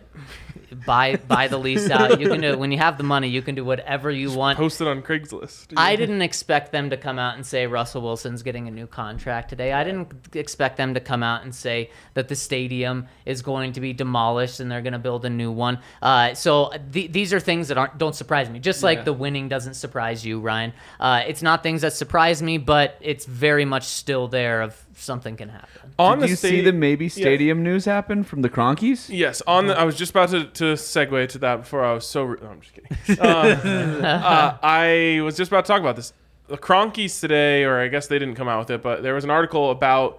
buy buy the lease out. You can do when you have the money, you can do whatever you want.
Posted on Craigslist.
I didn't expect them to come out and say Russell Wilson's getting a new contract today. I didn't expect them to come out and say that the stadium is going to be demolished and they're going to build a new one. Uh, so th- these are things that aren't don't surprise me. Just like the winning doesn't surprise you, Ryan. Uh, it's not things that surprise me, but it's very much still there of something can happen.
on
Did you see
sta-
the maybe
Yeah.
stadium news happen from the Cronkies?
Yes, on the, I was just about to, to segue to that before I was so. Re- no, I'm just kidding. Um, uh, I was just about to talk about this. The Cronkies today, or I guess they didn't come out with it, but there was an article about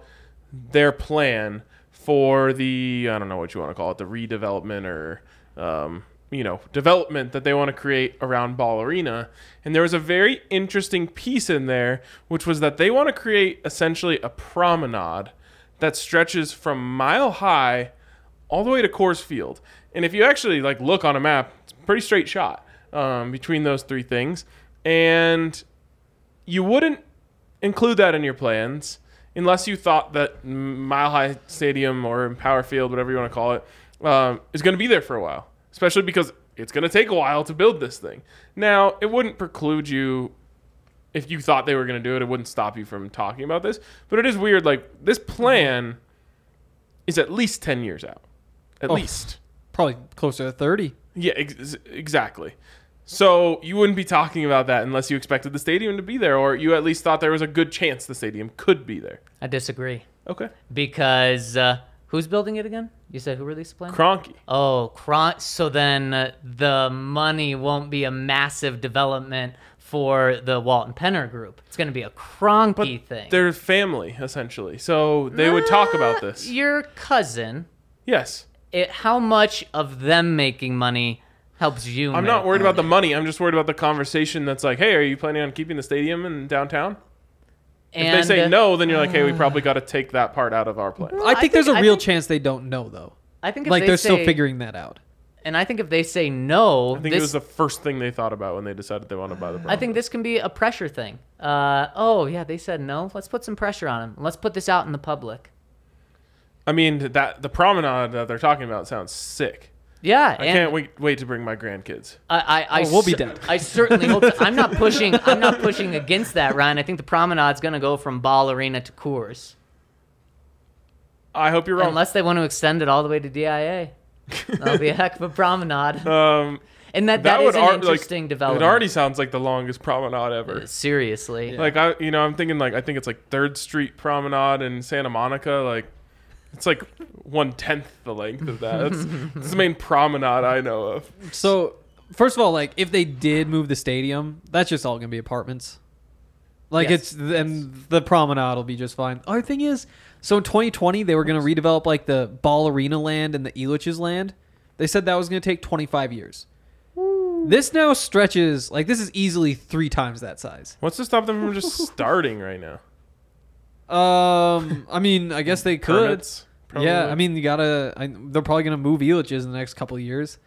their plan for the I don't know what you want to call it, the redevelopment or um, you know development that they want to create around Ball Arena. And there was a very interesting piece in there, which was that they want to create essentially a promenade that stretches from Mile High all the way to Coors Field. And if you actually like look on a map, it's a pretty straight shot um, between those three things. And you wouldn't include that in your plans unless you thought that Mile High Stadium or Power Field, whatever you want to call it, um, is going to be there for a while, especially because it's going to take a while to build this thing. Now, it wouldn't preclude you if you thought they were going to do it, it wouldn't stop you from talking about this. But it is weird. Like, this plan is at least 10 years out. At least.
Probably closer to 30.
Yeah, ex- exactly. So you wouldn't be talking about that unless you expected the stadium to be there, or you at least thought there was a good chance the stadium could be there.
I disagree
Okay.
because uh, who's building it again? You said who released the plan?
Cronky.
Oh, Cron- so then uh, the money won't be a massive development for the Walton Penner Group. It's going to be a Cronky thing.
They're family, essentially. So they would talk about this.
Your cousin,
Yes.
it, how much of them making money helps you?
I'm
make
not worried about the money. I'm just worried about the conversation that's like, hey, are you planning on keeping the stadium in downtown? If
And
they say
uh,
no, then you're like, hey, we probably got to take that part out of our plan.
I think,
think-
there's a
I
real
think-
chance they don't know though.
I think if
Like
they
they are still
say-
figuring that out.
And I think if they say no,
I think
this,
it was the first thing they thought about when they decided they wanted to buy the
I
property.
think this can be a pressure thing. Uh, oh yeah, they said no. Let's put some pressure on them. Let's put this out in the public.
I mean, that the promenade that they're talking about sounds sick.
Yeah,
I
and
can't wait, wait to bring my grandkids.
I, I, I
Oh, we'll be
cer-
dead.
I certainly hope. So. I'm not pushing. I'm not pushing against that, Ryan. I think the promenade's going to go from Ball Arena to Coors,
I hope you're wrong.
unless they want to extend it all the way to DIA. That'll be a heck of a promenade.
um,
and that,
that
that
would
is an
ar- like,
interesting development.
It already sounds like the longest promenade ever.
seriously.
Like I, you know, I'm thinking like I think it's like Third Street Promenade in Santa Monica. Like it's like one tenth the length of that. That's, that's the main promenade I know of.
So first of all, like if they did move the stadium, that's just all gonna be apartments. Like
Yes.
it's and the promenade will be just fine. Our thing is, so in 2020 they were gonna redevelop like the Ball Arena land and the Elitch's land. They said that was gonna take 25 years. This now stretches like this is easily three times that size.
What's to stop them from just starting right now?
Um, I mean, I guess they could.
Permits, probably.
Yeah, I mean, you gotta. I, they're probably gonna move Elitch's in the next couple of years.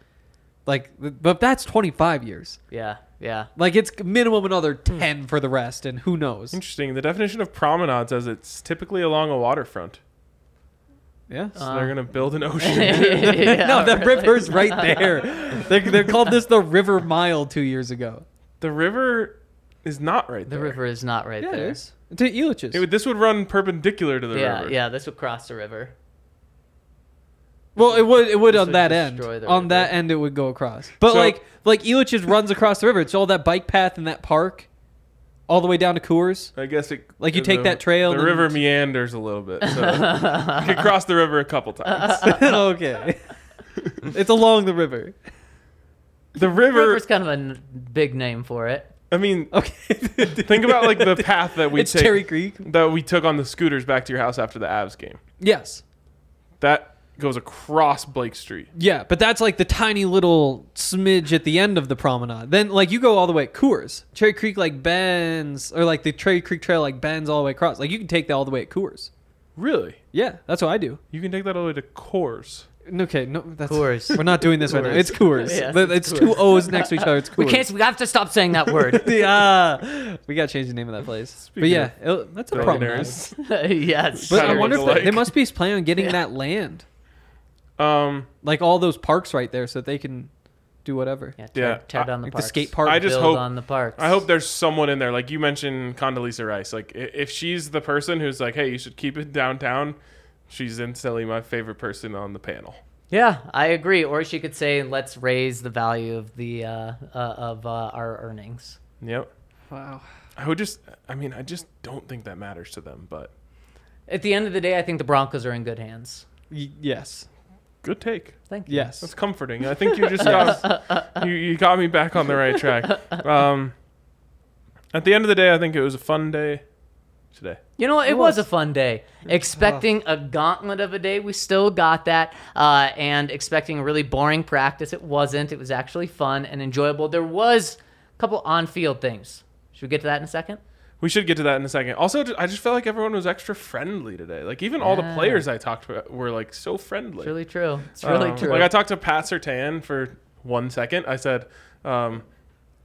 Like, but that's 25 years.
yeah, yeah.
Like, it's minimum another 10 for the rest, and who knows?
Interesting. The definition of promenade says it's typically along a waterfront.
Yeah.
So
Uh-huh.
they're gonna build an ocean.
no, the river's right there. They, they called this the River Mile two years ago.
the river is not right
The
there.
river is not right
Yeah, it
there.
is. To Elitch's.
It would, this would run perpendicular to the
Yeah,
river.
yeah. This would cross the river.
well, it would. It would on
would
that end.
destroy the
On that
river.
end, it would go across. But
So-
like, like Elitch's runs across the river. It's all that bike path and that park, all the way down to Coors.
I guess it uh,
Like, you take that trail
The
and-
river meanders a little bit. So you could cross the river a couple times.
okay. it's along the river.
The river.
River's kind of a n- big name for it.
I mean,
Okay.
think about like the path that we
Oh. it's
take
Cherry Creek.
that we took on the scooters back to your house after the Avs game.
Yes.
That goes across Blake Street.
Yeah, but that's like the tiny little smidge at the end of the promenade. Then like you go all the way at Coors. Cherry Creek like bends or like the Cherry Creek Trail like bends all the way across. Like you can take that all the way at Coors.
Really?
Yeah, that's what I do.
You can take that all the way to Coors.
Okay, no that's
Coors.
We're not doing this right now. It's Coors.
Yeah,
Th- it's two O's next to each other. It's Coors.
We can't. We have to stop saying that word.
yeah, we gotta change the name of that place. but yeah, it- that's a problem.
Billionaires.
yes.
But I
Kinda
wonder
look
if they,
alike.
they must be planning on getting that land,
Um,
like all those parks right there, so that they can do whatever.
yeah, tear,
Yeah,
tear
I-
down the
like the
parks.
skate park
I just
Build
hope-
on the parks.
I hope there's someone in there, like you mentioned Condoleezza Rice. Like i- if she's the person who's like, "Hey, you should keep it downtown," she's instantly my favorite person on the panel.
Yeah, I agree. Or she could say, "Let's raise the value of the uh, uh, of uh, our earnings."
Yep.
Wow.
I would just, I mean, I just don't think that matters to them. But
At the end of the day, I think the Broncos are in good hands.
Y- yes.
good take.
Thank you.
Yes.
That's comforting. I think you just got you, you got me back on the right track. Um, at the end of the day, I think it was a fun day today.
You know, it, was. a fun day. Expecting a gauntlet of a day, we still got that. Uh, and expecting a really boring practice, it wasn't. It was actually fun and enjoyable. There was a couple on-field things. Should we get to that in a second?
We should get to that in a second. Also, ju- I just felt like everyone was extra friendly today. Like even all the
Yeah.
players I talked to were like so friendly.
It's really true. It's really
Um,
true.
Like I talked to Pat Sertan for one second. I said, um,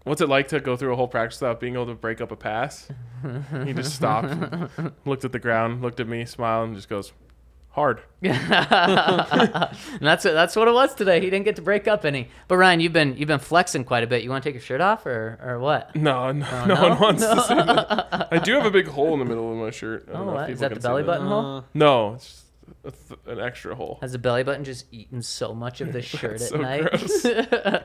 "What's it like to go through a whole practice without being able to break up a pass?" he just stopped, looked at the ground, looked at me, smiled, and just goes, "Hard."
and that's that's what it was today. He didn't get to break up any. But Ryan, you've been you've been flexing quite a bit. You want to take your shirt off or or what?
No, no,
Oh,
no, one wants to see that. I do have a big hole in the middle of my shirt. I don't
Oh,
know if
what? is
people
that
can
the
see
belly button hole?
No, it's just a th- an extra hole.
Has the belly button just eaten so much of this shirt at
so
night?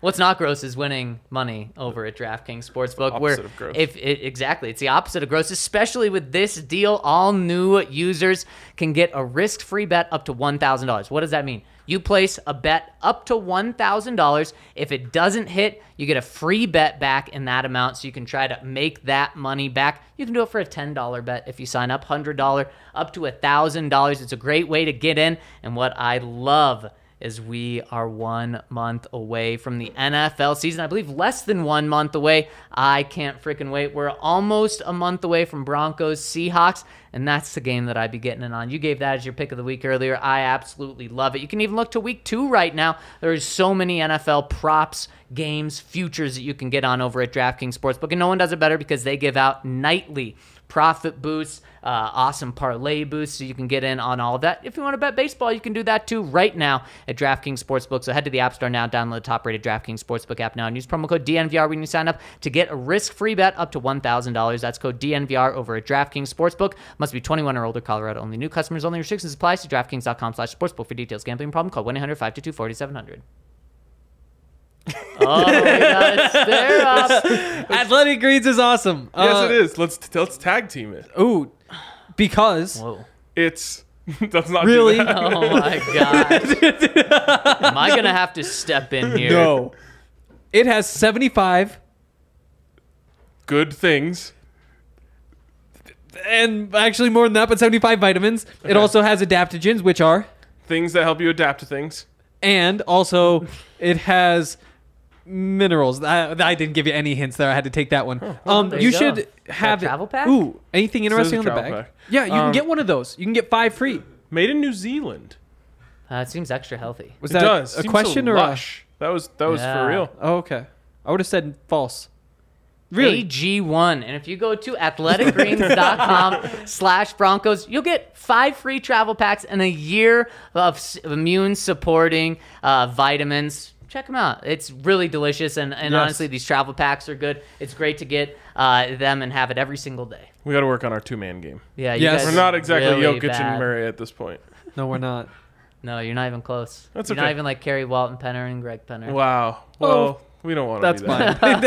What's not gross is winning money over at DraftKings Sportsbook. where
opposite of gross.
if it, exactly, it's the opposite of gross, especially with this deal. All new users can get a risk-free bet up to one thousand dollars. What does that mean? You place a bet up to one thousand dollars. If it doesn't hit, you get a free bet back in that amount, so you can try to make that money back. You can do it for a ten dollar bet if you sign up, hundred dollar up to a thousand dollars. It's a great way to get in. And what I love is we are one month away from the NFL season. I believe less than one month away. I can't freaking wait. We're almost a month away from Broncos Seahawks, and that's the game that I'd be getting in on. You gave that as your pick of the week earlier. I absolutely love it. You can even look to week two right now. There's so many NFL props, games, futures that you can get on over at DraftKings Sportsbook, and no one does it better because they give out nightly profit boosts, uh, awesome parlay boosts. So you can get in on all of that. If you want to bet baseball, you can do that too right now at DraftKings Sportsbook. So head to the App Store now, download the top rated DraftKings Sportsbook app now, and use promo code DNVR when you sign up to get a risk free bet up to $1,000. That's code DNVR over at DraftKings Sportsbook. Must be 21 or older, Colorado only. New customers only. Restrictions apply. See DraftKings.com slash sportsbook for details. Gambling problem? Call 1 800 522 4700. Oh, we got a stare up.
Athletic Greens is awesome. Uh,
yes, it
Uh,
is. Let's t- let's tag team it.
Ooh, because
Whoa.
It's that's not do
really,
that.
Oh my god! Am I gonna have to step in here?
no, it has seventy-five
good things.
and actually more than that, but seventy-five vitamins. It also has adaptogens, which are,
Things that help you adapt to things.
and also it has minerals. I, I didn't give you any hints there. I had to take that one. um,
Oh, there
you
you go.
should
A
have
travel pack?
Ooh, anything interesting on
Says a
the
travel
bag?
pack.
Yeah, you can
Um,
get one of those. You can get five free.
Made in New Zealand.
Uh, it seems extra healthy.
Was
it
that
does.
a
Seems so
question or a?
lush. that was that was
Yeah.
for real.
Oh, okay. I would have said false. Really?
AG1. And if you go to athleticgreens.com slash Broncos, you'll get five free travel packs and a year of s- immune supporting uh, vitamins. Check them out. It's really delicious. And, and
Yes.
honestly, these travel packs are good. It's great to get uh, them and have it every single day.
We got to work on our two man game.
Yeah, you
Yes.
guys
We're
are
not exactly
really
Jokic
bad.
and Murray at this point.
No, we're not.
No, you're not even close.
That's
you're not
okay.
even like Kerry Walton Penner and Greg Penner.
Wow. Well, we don't want to.
That's
be that.
fine.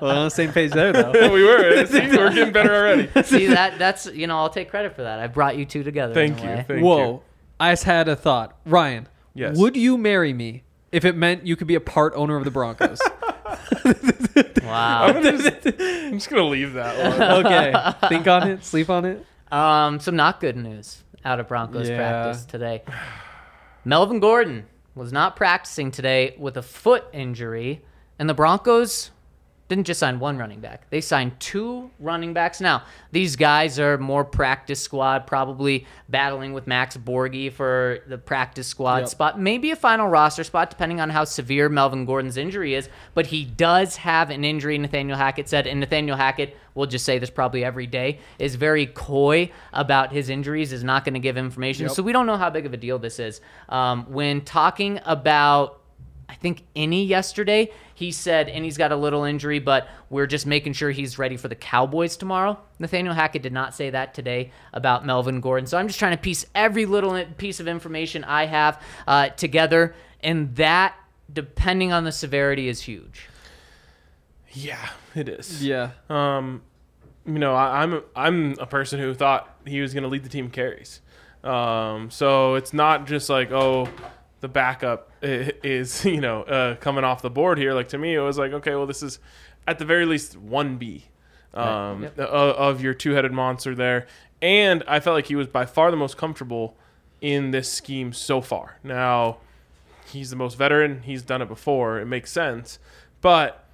well, on the same page there, though.
we were. See, we're getting better already.
See that? That's you know I'll take credit for that. I brought you two together. in a
Thank you.
way.
Thank
Whoa,
you.
I just had a thought, Ryan.
Yes.
Would you marry me if it meant you could be a part owner of the Broncos?
Wow.
I'm just gonna leave that one.
okay, think on it, sleep on it.
Um, some not good news out of Broncos
Yeah.
practice today. Melvin Gordon was not practicing today with a foot injury, and the Broncos didn't just sign one running back. They signed two running backs. Now, these guys are more practice squad, probably battling with Max Borgi for the practice squad spot, maybe a final roster spot, depending on how severe Melvin Gordon's injury is. But he does have an injury, Nathaniel Hackett said. And Nathaniel Hackett, we'll just say this probably every day, is very coy about his injuries, is not going to give information. So we don't know how big of a deal this is. Um, when talking about I think any yesterday. He said, and he's got a little injury, but we're just making sure he's ready for the Cowboys tomorrow. Nathaniel Hackett did not say that today about Melvin Gordon. So I'm just trying to piece every little i- piece of information I have uh, together, and that, depending on the severity, is huge.
Yeah, it is.
Yeah.
Um, you know, I, I'm I'm a person who thought he was going to lead the team in carries. Um, so it's not just like oh, the backup i- is you know uh, coming off the board here. Like to me, it was like okay, well this is at the very least one B um, o- of, your two-headed monster there, and I felt like he was by far the most comfortable in this scheme so far. Now he's the most veteran. He's done it before. It makes sense. But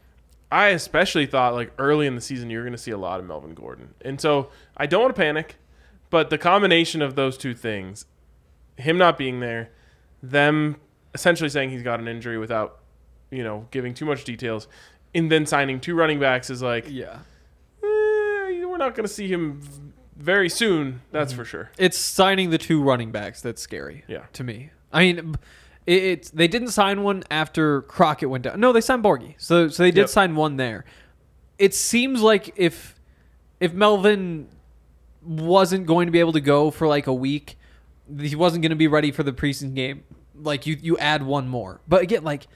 I especially thought like early in the season you're going to see a lot of Melvin Gordon. And so I don't want to panic, but the combination of those two things, him not being there, them essentially saying he's got an injury without, you know, giving too much details, and then signing two running backs is like,
Yeah.
eh, we're not going to see him v- very soon. That's for sure.
It's signing the two running backs that's scary.
Yeah.
To me, I mean, b- it, it's they didn't sign one after Crockett went down. No, they signed Borgie. So so they did
Yep.
sign one there. It seems like if if Melvin wasn't going to be able to go for like a week, he wasn't going to be ready for the preseason game. Like you you add one more, but again like.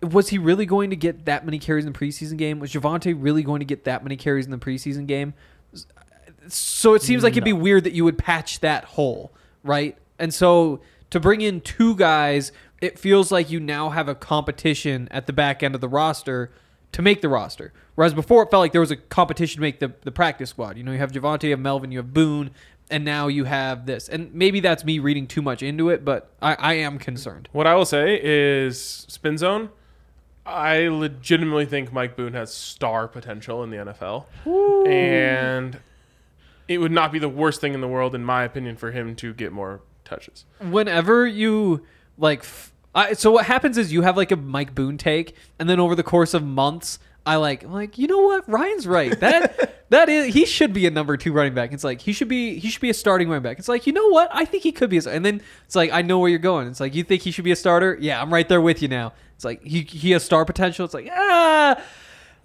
was he really going to get that many carries in the preseason game? Was Javante really going to get that many carries in the preseason game? So it seems like it'd be weird that you would patch that hole, right? And so to bring in two guys, it feels like you now have a competition at the back end of the roster to make the roster. Whereas before it felt like there was a competition to make the, the practice squad. You know, you have Javante, you have Melvin, you have Boone, and now you have this. And maybe that's me reading too much into it, but I, I am concerned.
What I will say is spin zone. I legitimately think Mike Boone has star potential in the NFL, and it would not be the worst thing in the world, in my opinion, for him to get more touches.
whenever you like f- I, so what happens is you have like a mike boone take and then over the course of months i like I'm like you know what ryan's right that that is he should be a number two running back it's like he should be he should be a starting running back it's like you know what i think he could be a, and then it's like i know where you're going it's like you think he should be a starter yeah i'm right there with you now it's like he he has star potential it's like ah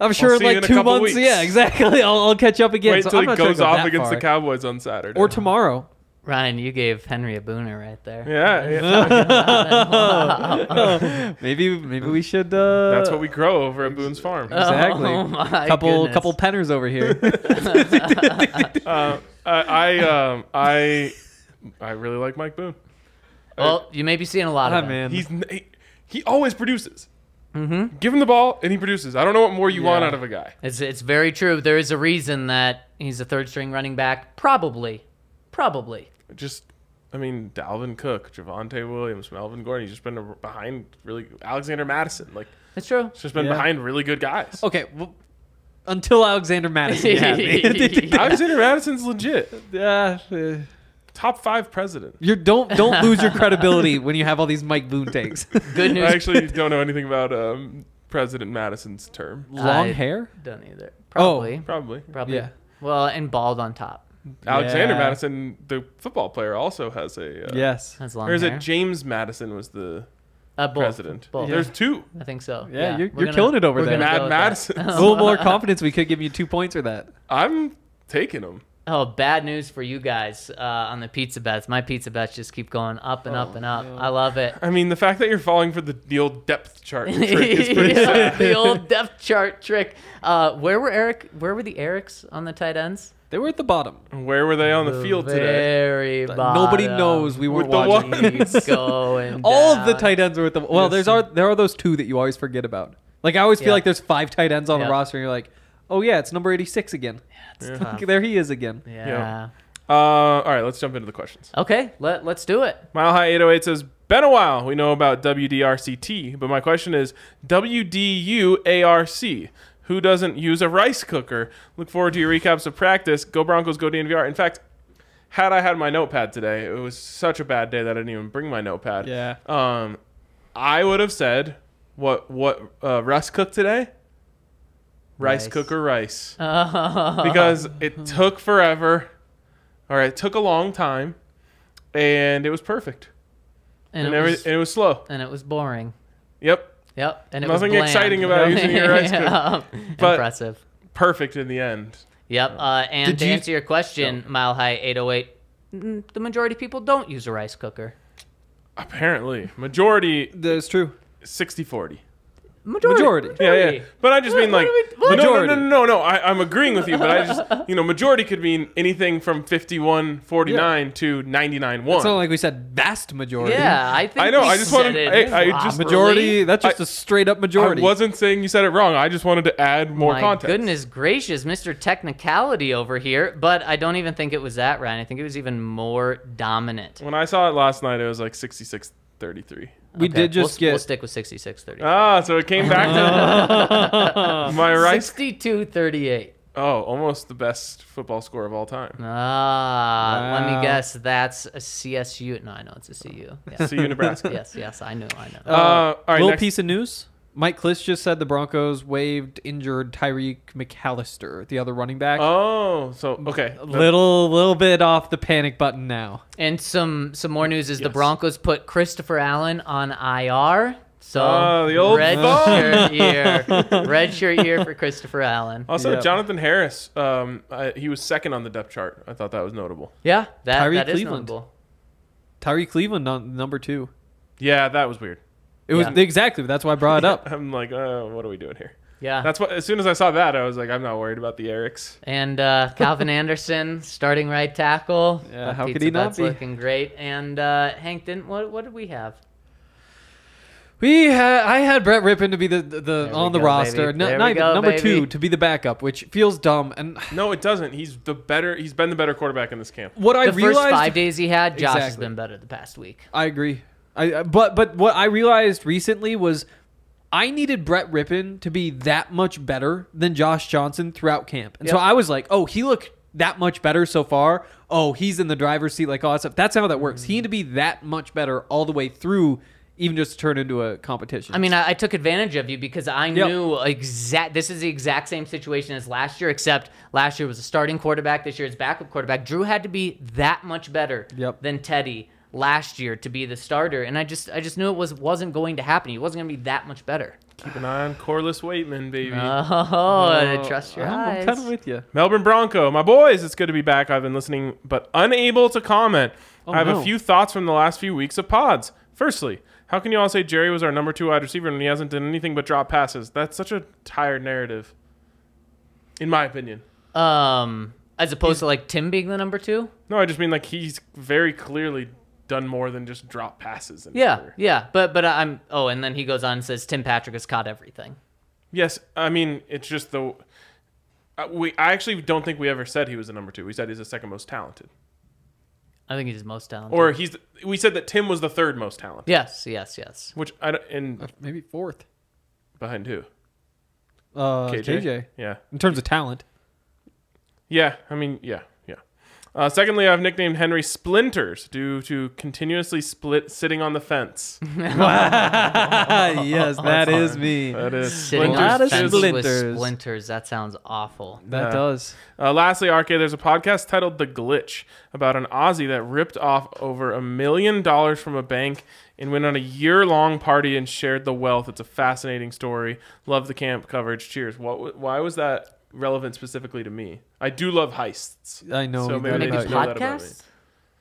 i'm sure
see
in
you
like
in a
two
couple
months
weeks.
yeah exactly i'll, I'll catch up again
Wait
So
until
I'm
he
not trying to
goes
go
off
that
against
far.
the Cowboys on Saturday
or tomorrow
Ryan, you gave Henry a booner right there.
Yeah, yeah.
maybe maybe we should uh
that's what we grow over at Boone's Farm.
Exactly.
Oh my
couple
goodness.
couple penners over here.
Uh, I I, um, I I really like Mike Boone.
Well, you may be seeing a lot
Ah,
of them.
He's n- he, he always produces. Mm-hmm. Give him the ball and he produces. I don't know what more you want out of a guy.
It's it's very true. There is a reason that he's a third string running back. Probably, probably.
just I mean Dalvin Cook, Javante Williams, Melvin Gordon. He's just been a- behind really Alexander Madison. Like
That's true.
he's just been behind really good guys.
okay, well, until Alexander Madison. happened.
Alexander Madison's legit.
Yeah, uh,
Top five president.
you don't don't lose your credibility when you have all these Mike Boone takes.
Good
I
news.
actually don't know anything about um, President Madison's term.
Long
I
hair?
Don't either. Probably.
Probably.
Probably.
Oh. Yeah.
Well, and bald on top.
Alexander
Yeah.
Madison, the football player, also has a. Uh,
Yes.
That's long
Or is
hair.
it James Madison was the
Uh, both.
president?
Both.
There's two.
I think so.
Yeah, you're-
We're
you're killing it over
we're
there.
gonna
Mad
go with that.
Madison.
A little more confidence, we could give you two points for that.
I'm taking them.
Oh, bad news for you guys uh, on the pizza bets. My pizza bets just keep going up
Oh,
and up and up. I love it.
I mean, the fact that you're falling for the, the old depth chart trick is pretty
Yeah, the old depth chart trick. Uh, where were Eric? Where were the Erics on the tight ends?
They were at the bottom.
Where were they on the field today?
Very
Nobody
bottom.
knows we weren't
With the
watching.
one-
Keep going
All of the
down.
tight ends were at the well. There's are there are those two that you always forget about. Like I always feel
Yeah.
like there's five tight ends on
Yeah.
the roster. and You're like, oh yeah, it's number 86 again.
It's tough.
There he is again.
Yeah.
Uh, all right, let's jump into the questions.
Okay, let, let's do it.
Mile High 808 says, Been a while we know about WDRCT, but my question is WDUARC. Who doesn't use a rice cooker? Look forward to your recaps of practice. Go Broncos, go DNVR. In fact, had I had my notepad today, it was such a bad day that I didn't even bring my notepad.
Yeah.
Um, I would have said what what uh, Russ cooked today. Rice
Rice.
cooker rice because it took forever, or it took a long time, and it was perfect
And,
and,
it
every,
was,
and it was slow.
and it was boring.
Yep,
Yep. And it
Nothing
was bland.
exciting about using your rice cooker. But-
Impressive.
perfect in the end.
Yep. Uh, and
Did
to
you-
answer your question, Mile High 808, mm, the majority of people don't use a rice cooker.
Apparently, majority
That is true.
60-40.
Majority.
Majority.
Yeah, yeah. But I just mean like no,
what-
no, no, no, no, no. I, I'm agreeing with you, but I just you know majority could mean anything from 51-49 to 99-1.
It's not like we said vast majority.
Yeah, I think
I know,
we
I just
said
wanted-
it
I- I
properly.
just-
Majority. That's just
I-
a straight up
I
majority.
wasn't saying you said it wrong. I just wanted to add more
My
context.
goodness gracious, Mr. Technicality over here. But I don't even think it was that, Ryan. I think it was even more dominant.
When I saw it last night, it was like 66-33.
we
Okay,
did
we'll-
just
We'll
get.
stick with 66.30.
Ah, so it came back to my rice.
62.38.
Oh, almost the best football score of all time.
Ah, let me
Wow.
guess. That's a CSU. No, I know it's a CU. Yeah.
See you, Nebraska.
yes, yes, I knew, I know.
Uh, all right,
little
next-
piece of news. Mike Kliss just said the Broncos waived injured Tyreek McAllister, the other running back.
Oh, so okay.
little, little bit off the panic button now.
And some some more news is the Broncos put Christopher Allen on IR. So
Ah, the old
red
bum.
shirt year, red shirt year for Christopher Allen.
Also,
Yeah.
Jonathan Harris, um, I, he was second on the depth chart. I thought that was notable.
Yeah, that,
Tyree
that is
Cleveland.
notable.
Tyreek Cleveland, non- number two.
Yeah, that was weird.
It was
Yeah.
exactly that's why I brought it up.
I'm like, uh, what are we doing here?
Yeah,
That's what. As soon as I saw that, I was like, I'm not worried about the Erics.
and uh, Calvin Anderson starting right tackle.
Yeah,
That
how could
pizza
he not
but's
be?
looking great? And uh, Hank didn't. What what did we have?
We had I had Brett Rippon to be the the, the
we
on the
go,
roster,
baby.
no,
There
not
we
even-
go,
number two
baby.
to be the backup, which feels dumb. And
No, it doesn't. He's the better. He's been the better quarterback in this camp.
what I
The first
realized,
five days he had, Josh has
Exactly.
been better the past week.
I agree. I I- but but what I realized recently was I needed Brett Rippon to be that much better than Josh Johnson throughout camp, and so
Yep.
I was like, oh, he looked that much better so far. Oh, he's in the driver's seat, like all that stuff. That's how that works.
Mm-hmm.
He had to be that much better all the way through, even just to turn into a competition.
I mean, I, I took advantage of you because I
Yep.
knew exact. This is the exact same situation as last year, except last year was a starting quarterback. This year it's backup quarterback. Drew had to be that much better
Yep.
than Teddy last year to be the starter, and I just, I just knew it was wasn't going to happen. He wasn't going to be that much better.
Keep an eye on Corliss Waitman, baby.
Ah.
Oh, trust your
I'm,
eyes.
kind of with you.
Melbourne Bronco, my boys, it's good to be back. I've been listening, but unable to comment. I have
no.
a few thoughts from the last few weeks of pods. Firstly, how can you all say Jerry was our number two wide receiver and he hasn't done anything but drop passes? That's such a tired narrative, in my opinion.
um, as opposed to like Tim being the number two.
No, I just mean like he's very clearly done more than just drop passes. in his
Yeah,
career.
yeah, but but I'm. Oh, and then he goes on and says Tim Patrick has caught everything.
Yes, I mean it's just the. I- We I actually don't think we ever said he was the number two. We said he's the second most talented,
I think he's his most talented.
or he's. We said that Tim was the third most talented.
yes, yes, yes.
Which I don't, and
Uh, Maybe fourth.
behind who?
Uh, KJ.
Yeah.
In terms of talent,
Yeah. I mean, yeah. Yeah. Uh, secondly, I've nicknamed Henry Splinters due to continuously split sitting on the fence.
yes, that is me.
That is
Sitting
Splinters.
on
Lot
the
of
fence with
splinters.
splinters. That sounds awful.
That does.
Uh, lastly, RK, there's a podcast titled The Glitch about an Aussie that ripped off over a million dollars from a bank and went on a year long party and shared the wealth. It's a fascinating story. Love the camp coverage. Cheers. What? wa- Why was that relevant specifically to me? I do love heists.
I know
So
we
maybe
got
they
it
Maybe
just
about
know that about me.
podcasts.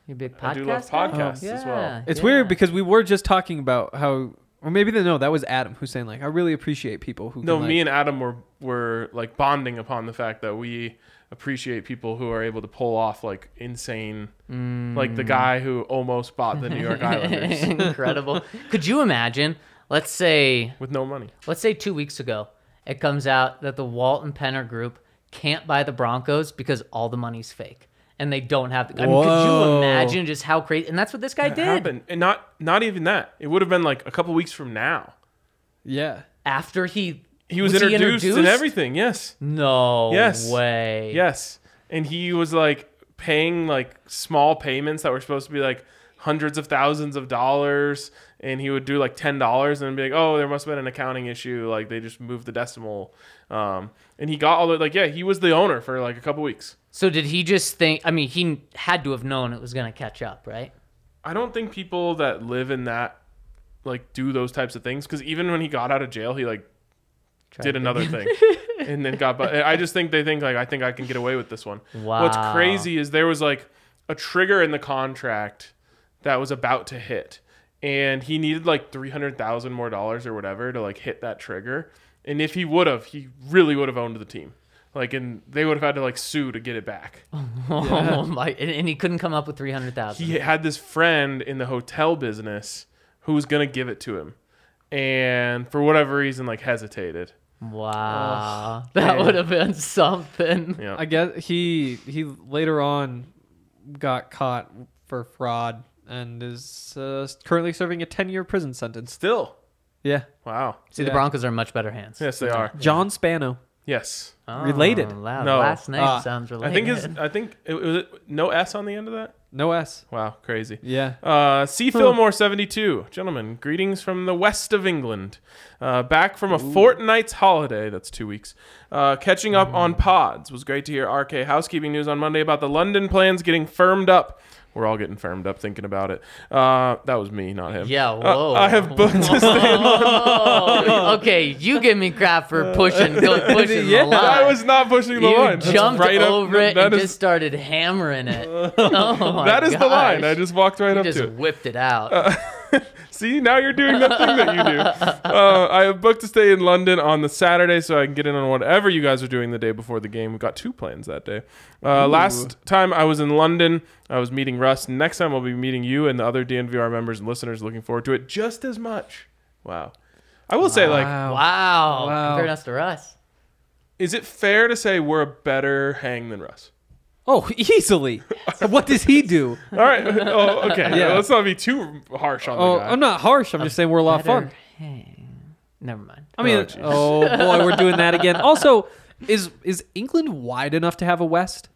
You big podcast.
I do love
guy?
podcasts as well.
It's
yeah.
weird because we were just talking about how, or maybe the, no, that was Adam who's saying like, I really appreciate people who.
No,
can,
me
like,
and Adam were were like bonding upon the fact that we appreciate people who are able to pull off like insane, like the guy who almost bought the New York Islanders
incredible. Could you imagine? Let's say
with no money.
let's say two weeks ago, it comes out that the Walton Penner Group can't buy the Broncos because all the money's fake. And they don't have. I mean, could you
Whoa.
imagine just how crazy? And that's what this guy
That
did.
happened, and not not even that. It would have been like a couple weeks from now.
Yeah.
After he
He was, introduced, and everything. Yes,
No
Yes.
way.
yes, and he was like paying like small payments that were supposed to be like hundreds of thousands of dollars, and he would do like ten dollars and be like, "Oh, there must have been an accounting issue. Like they just moved the decimal." Um, and he got all the like, yeah, he was the owner for like a couple weeks.
So did he just think? I mean, he had to have known it was going to catch up, right?
I don't think people that live in that like do those types of things because even when he got out of jail, he like did another thing and then got. But I just think they think like I think I can get away with this one. What's
Wow.
crazy is there was like a trigger in the contract that was about to hit, and he needed like three hundred thousand more dollars or whatever to like hit that trigger. And if he would have, he really would have owned the team. Like, and they would have had to like sue to get it back.
Oh my! And, and he couldn't come up with three hundred thousand.
he had this friend in the hotel business who was gonna give it to him, and for whatever reason, like hesitated.
Wow, that would have been something.
Yeah.
I guess he he later on got caught for fraud and is uh, currently serving a 10-year prison sentence.
Still,
Yeah.
wow.
See, the
Yeah.
Broncos are in much better hands.
Yes, they are.
John Spano.
Yes,
Oh,
Related.
Wow,
No.
last name
Ah.
sounds related.
I think his. I think it was it no S on the end of that.
No S.
Wow, crazy.
Yeah.
Uh, C. Fillmore, 72. Gentlemen, greetings from the west of England. Uh, back from a fortnight's holiday. That's two weeks. Uh, catching up
Mm.
on pods. Was great to hear RK housekeeping news on Monday about the London plans getting firmed up. We're all getting firmed up thinking about it. Uh, that was me, not him.
Yeah,
Uh,
whoa.
I have booked a
Oh, okay, you give me crap for pushing, go, pushing
Yeah,
the line.
Uh, I was not pushing the
you
line. That's
jumped
right up-
over it
that
and
is-
just started hammering it. Oh my
that is the line.
gosh.
I just walked right
You
up
just
to it. Uh,
whipped it out.
See, now you're doing that thing that you do. Uh, I have booked to stay in London on the Saturday so I can get in on whatever you guys are doing the day before the game. We've got two plans that day. Uh, last time I was in London, I was meeting Russ. Next time I'll be meeting you and the other DNVR members and listeners. Looking forward to it just as much. Wow. I will say, like,
Wow.
wow.
Wow.
compared us to us.
is it fair to say we're a better hang than Russ?
Oh, easily. what does he do?
All right. Oh, okay.
Yeah.
Let's not be too harsh on
Oh,
the guy.
I'm not harsh. I'm just saying we're a lot of fun.
Better hang. Never mind.
I mean, oh, boy, we're doing that again. Also, is is England wide enough to have a west?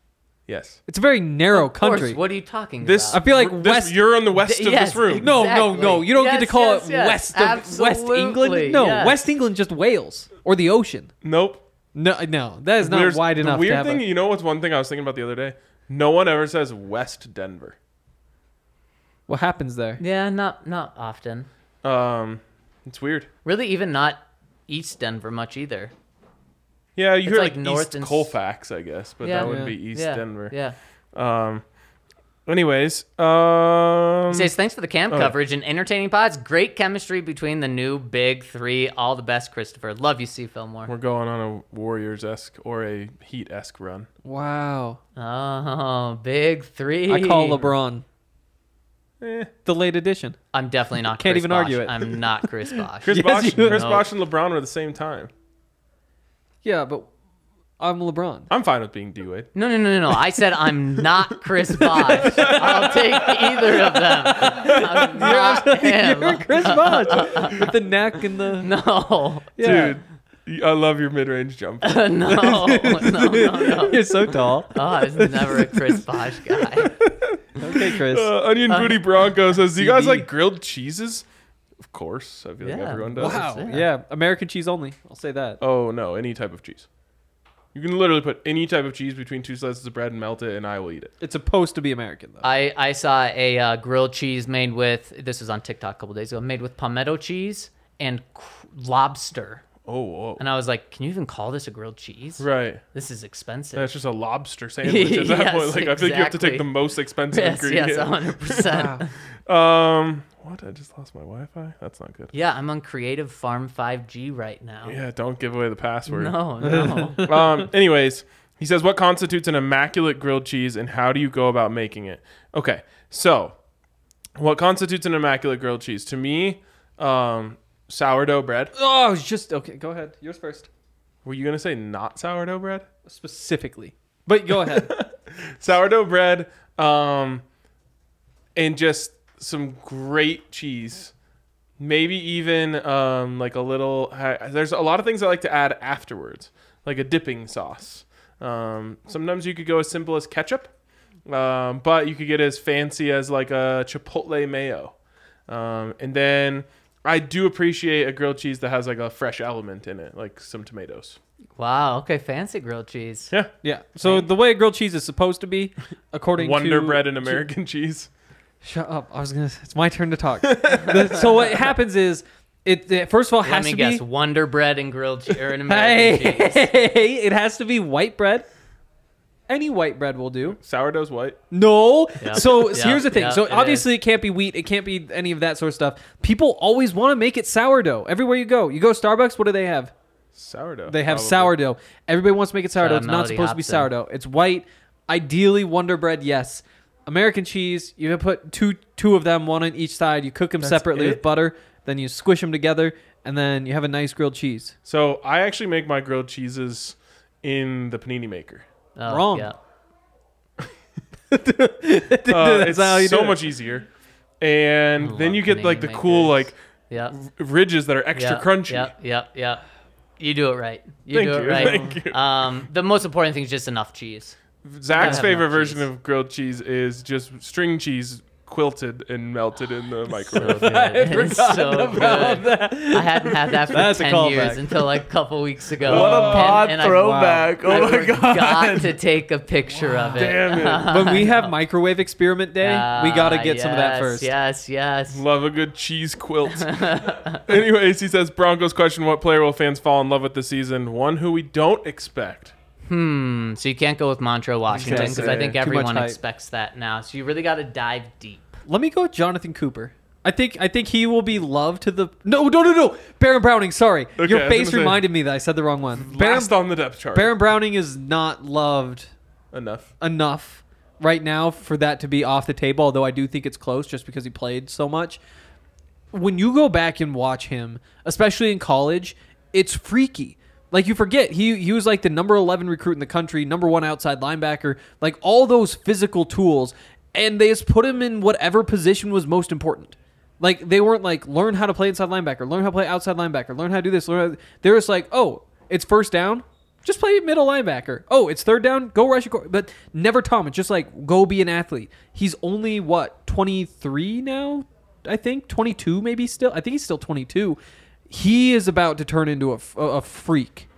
yes.
It's a very narrow
Of course,
country.
what are you talking
This
I
about?
feel like
this-
West.
You're on the west
Th-
of
yes,
this room.
no, no, no.
Exactly.
You don't get to
Yes,
call
yes,
it
yes.
West of, West
Absolutely,
England. No,
yes.
West England just Wales or the ocean.
Nope.
No, no, that is not
There's-
wide enough.
The weird
to have
thing,
a,
you know, what's one thing I was thinking about the other day? No one ever says West Denver.
what happens there?
Yeah, not not often.
Um, it's weird.
Really, even not East Denver much either.
Yeah, you hear
like
like,
north
East
and s-
Colfax, I guess, but
Yeah.
that would
Yeah.
be East
yeah,
Denver.
Yeah.
Anyways, um,
He says thanks for the camp coverage and entertaining pods. Great chemistry between the new big three. All the best, Christopher. Love you, C. Fillmore.
we're going on a Warriors esque or a Heat esque run.
Wow.
Oh, big three.
I call LeBron.
Eh.
The late edition.
I'm definitely not.
Can't
Chris
even
Bosh.
argue it.
I'm not Chris Bosh.
Chris
Yes,
Bosh,
you-
Chris
No.
Bosh and LeBron were the same time.
Yeah, but I'm LeBron.
I'm fine with being D Wade.
No, no, no, no, no. I said I'm not Chris Bosh. I'll take either of them. I'm not him.
You're Chris Bosh with the neck and the
No,
yeah.
Dude, I love your mid range jump.
no, no, no, no.
You're so tall.
Oh, I was never a Chris Bosh guy.
Okay, Chris.
Uh, Onion Booty Bronco says, "Do you guys
CD.
like grilled cheeses?" Of course, I feel like
Yeah.
everyone does.
wow. Yeah, American cheese only. I'll say that.
Oh no, any type of cheese. You can literally put any type of cheese between two slices of bread and melt it, and I will eat it.
It's supposed to be American though.
I, I saw a uh, grilled cheese made with this was on TikTok a couple days ago made with palmetto cheese and cr- lobster
Oh, whoa.
and I was like can you even call this a grilled cheese
right.
this is expensive
That's just a lobster sandwich at that
Yes,
point. Like I think you have to take
exactly.
the most expensive
yes uh-huh. yes
ingredient.
100 percent
um, what? I just lost my Wi-Fi. That's not good.
yeah I'm on Creative Farm 5G right now
Yeah, don't give away the password.
no no
um, anyways, he says, What constitutes an immaculate grilled cheese and how do you go about making it? Okay, so what constitutes an immaculate grilled cheese? To me, um, sourdough bread.
oh, it's just okay. Go ahead. Yours first.
Were you gonna say not sourdough bread?
specifically. But go ahead.
Sourdough bread, um, and just some great cheese. Maybe even um, like a little. I- There's a lot of things I like to add afterwards, like a dipping sauce. Um, sometimes you could go as simple as ketchup, um, but you could get as fancy as like a chipotle mayo. Um, and then I do appreciate a grilled cheese that has like a fresh element in it, like some tomatoes.
Wow. Okay. Fancy grilled cheese.
Yeah.
yeah. So the way grilled cheese is supposed to be, according to
Wonder bread and American cheese.
Shut up! I was gonna. It's my turn to talk. The- so what happens is, it, it first of all
Let
has
me
to
guess.
be.
Wonder bread and grilled cheese. Or an
Hey,
American cheese.
it has to be white bread. Any white bread will do.
Sourdough's white.
No. So
Yep.
here's the thing.
Yep.
so
It
obviously it can't be wheat. It can't be any of that sort of stuff. People always want to make it sourdough. Everywhere you go, you go Starbucks. What do they have?
Sourdough.
They have
probably.
sourdough. Everybody wants to make it sourdough.
out
It's not
Melody
supposed to be
Hobson.
sourdough. It's white. Ideally, Wonder Bread. Yes. American cheese. You can put two two of them, one on each side. You cook them separately with
it?
butter. Then you squish them together, and then you have a nice grilled cheese.
So I actually make my grilled cheeses in the panini maker.
Oh,
Wrong.
Yeah.
Uh,
That's
it's
how you
so
do it.
much easier. And then
love
you get like
panini
the cool
makers.
like
Yeah.
ridges that are extra
yeah,
crunchy.
Yep. Yep. Yep. You do it right. You
Thank
do it
you,
right.
thank you.
Um, the most important thing is just enough cheese.
Zach's
have
favorite
no
version
cheese.
of grilled cheese is just string cheese quilted and melted in the microwave.
I forgot so good. I hadn't had that for
That's a
ten
callback.
years until like a couple weeks ago.
What a
And-
pod
and I-
throwback.
I
oh my
forgot
god.
to take a picture of it.
Damn it.
When we have microwave experiment day, we gotta
Ah,
get some of that
yes,
first.
Yes, yes.
Love a good cheese quilt. Anyways, he says Broncos question what player will fans fall in love with this season? One who we don't expect.
Hmm. So you can't go with Montreal Washington because I
Exactly.
think
Too much
everyone
hype.
expects that now. So you really got to dive deep.
Let me go with Jonathan Cooper. I think I think he will be loved to the no no no no Baron Browning. Sorry,
Okay, I
your
was
face
gonna say-
reminded me that I said the wrong one. Baron,
Last on the depth chart.
Baron Browning is not loved
Enough.
enough right now for that to be off the table, although I do think it's close just because he played so much. When you go back and watch him, especially in college, it's freaky. Like you forget he he was like the number 11 recruit in the country, number 1 outside linebacker, like all those physical tools and they just put him in whatever position was most important. Like they weren't like learn how to play inside linebacker, learn how to play outside linebacker, learn how to do this, learn how to... they're just like, "Oh, it's first down just play middle linebacker. Oh, it's third down. Go rush your quarter. But never Thomas. Just like go be an athlete. He's only what twenty three now, I think twenty two maybe still. I think he's still twenty two. He is about to turn into a, f- a freak.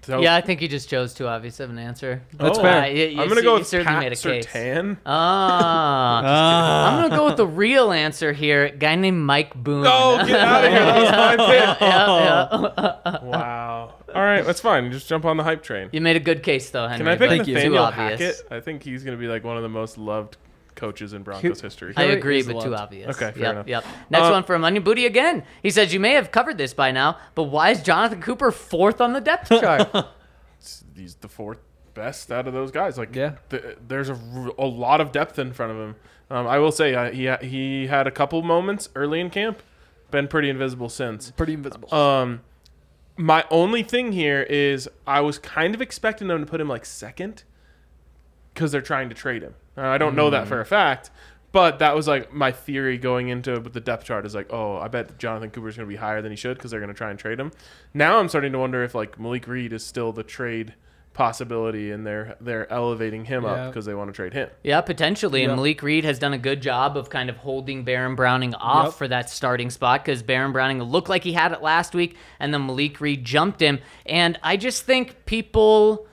So-
Yeah, I think you just chose too obvious of an answer.
That's
Oh.
fair.
Uh, you- you
I'm gonna
see-
go
you
with
certainly
Pat
made a case. Oh,
Sertan.
Ah, I'm gonna go with the real answer here. A guy named Mike Boone.
Oh, get out of here! That was my pick. Oh. wow. All right, that's fine. Just jump on the hype train.
You made a good case though, Henry.
Can I pick
but
Thank you.
too
Nathaniel
obvious.
Hackett? I think he's going to be like one of the most loved coaches in Broncos history.
I
Harry
agree,
is
but too
loved.
obvious.
Okay, fair
yep,
enough.
yep. Next
Uh,
one from Onion Booty again. He says, "You may have covered this by now, but why is Jonathan Cooper fourth on the depth chart?"
he's the fourth best out of those guys. Like,
Yeah.
th- there's a, r- a lot of depth in front of him. Um, I will say uh, he ha- he had a couple moments early in camp, been pretty invisible since.
Pretty invisible.
Um, my only thing here is I was kind of expecting them to put him like second because they're trying to trade him. Uh, I don't
Mm.
know that for a fact, but that was like my theory going into it with the depth chart is like, oh, I bet Jonathan Cooper's going to be higher than he should because they're going to try and trade him. Now I'm starting to wonder if like Malik Reed is still the trade possibility and they're they're elevating him up
Yeah.
because they want to trade him.
Yeah, potentially.
Yep.
And Malik Reed has done a good job of kind of holding Baron Browning off
Yep.
for that starting spot because Baron Browning looked like he had it last week, and then Malik Reed jumped him. And I just think people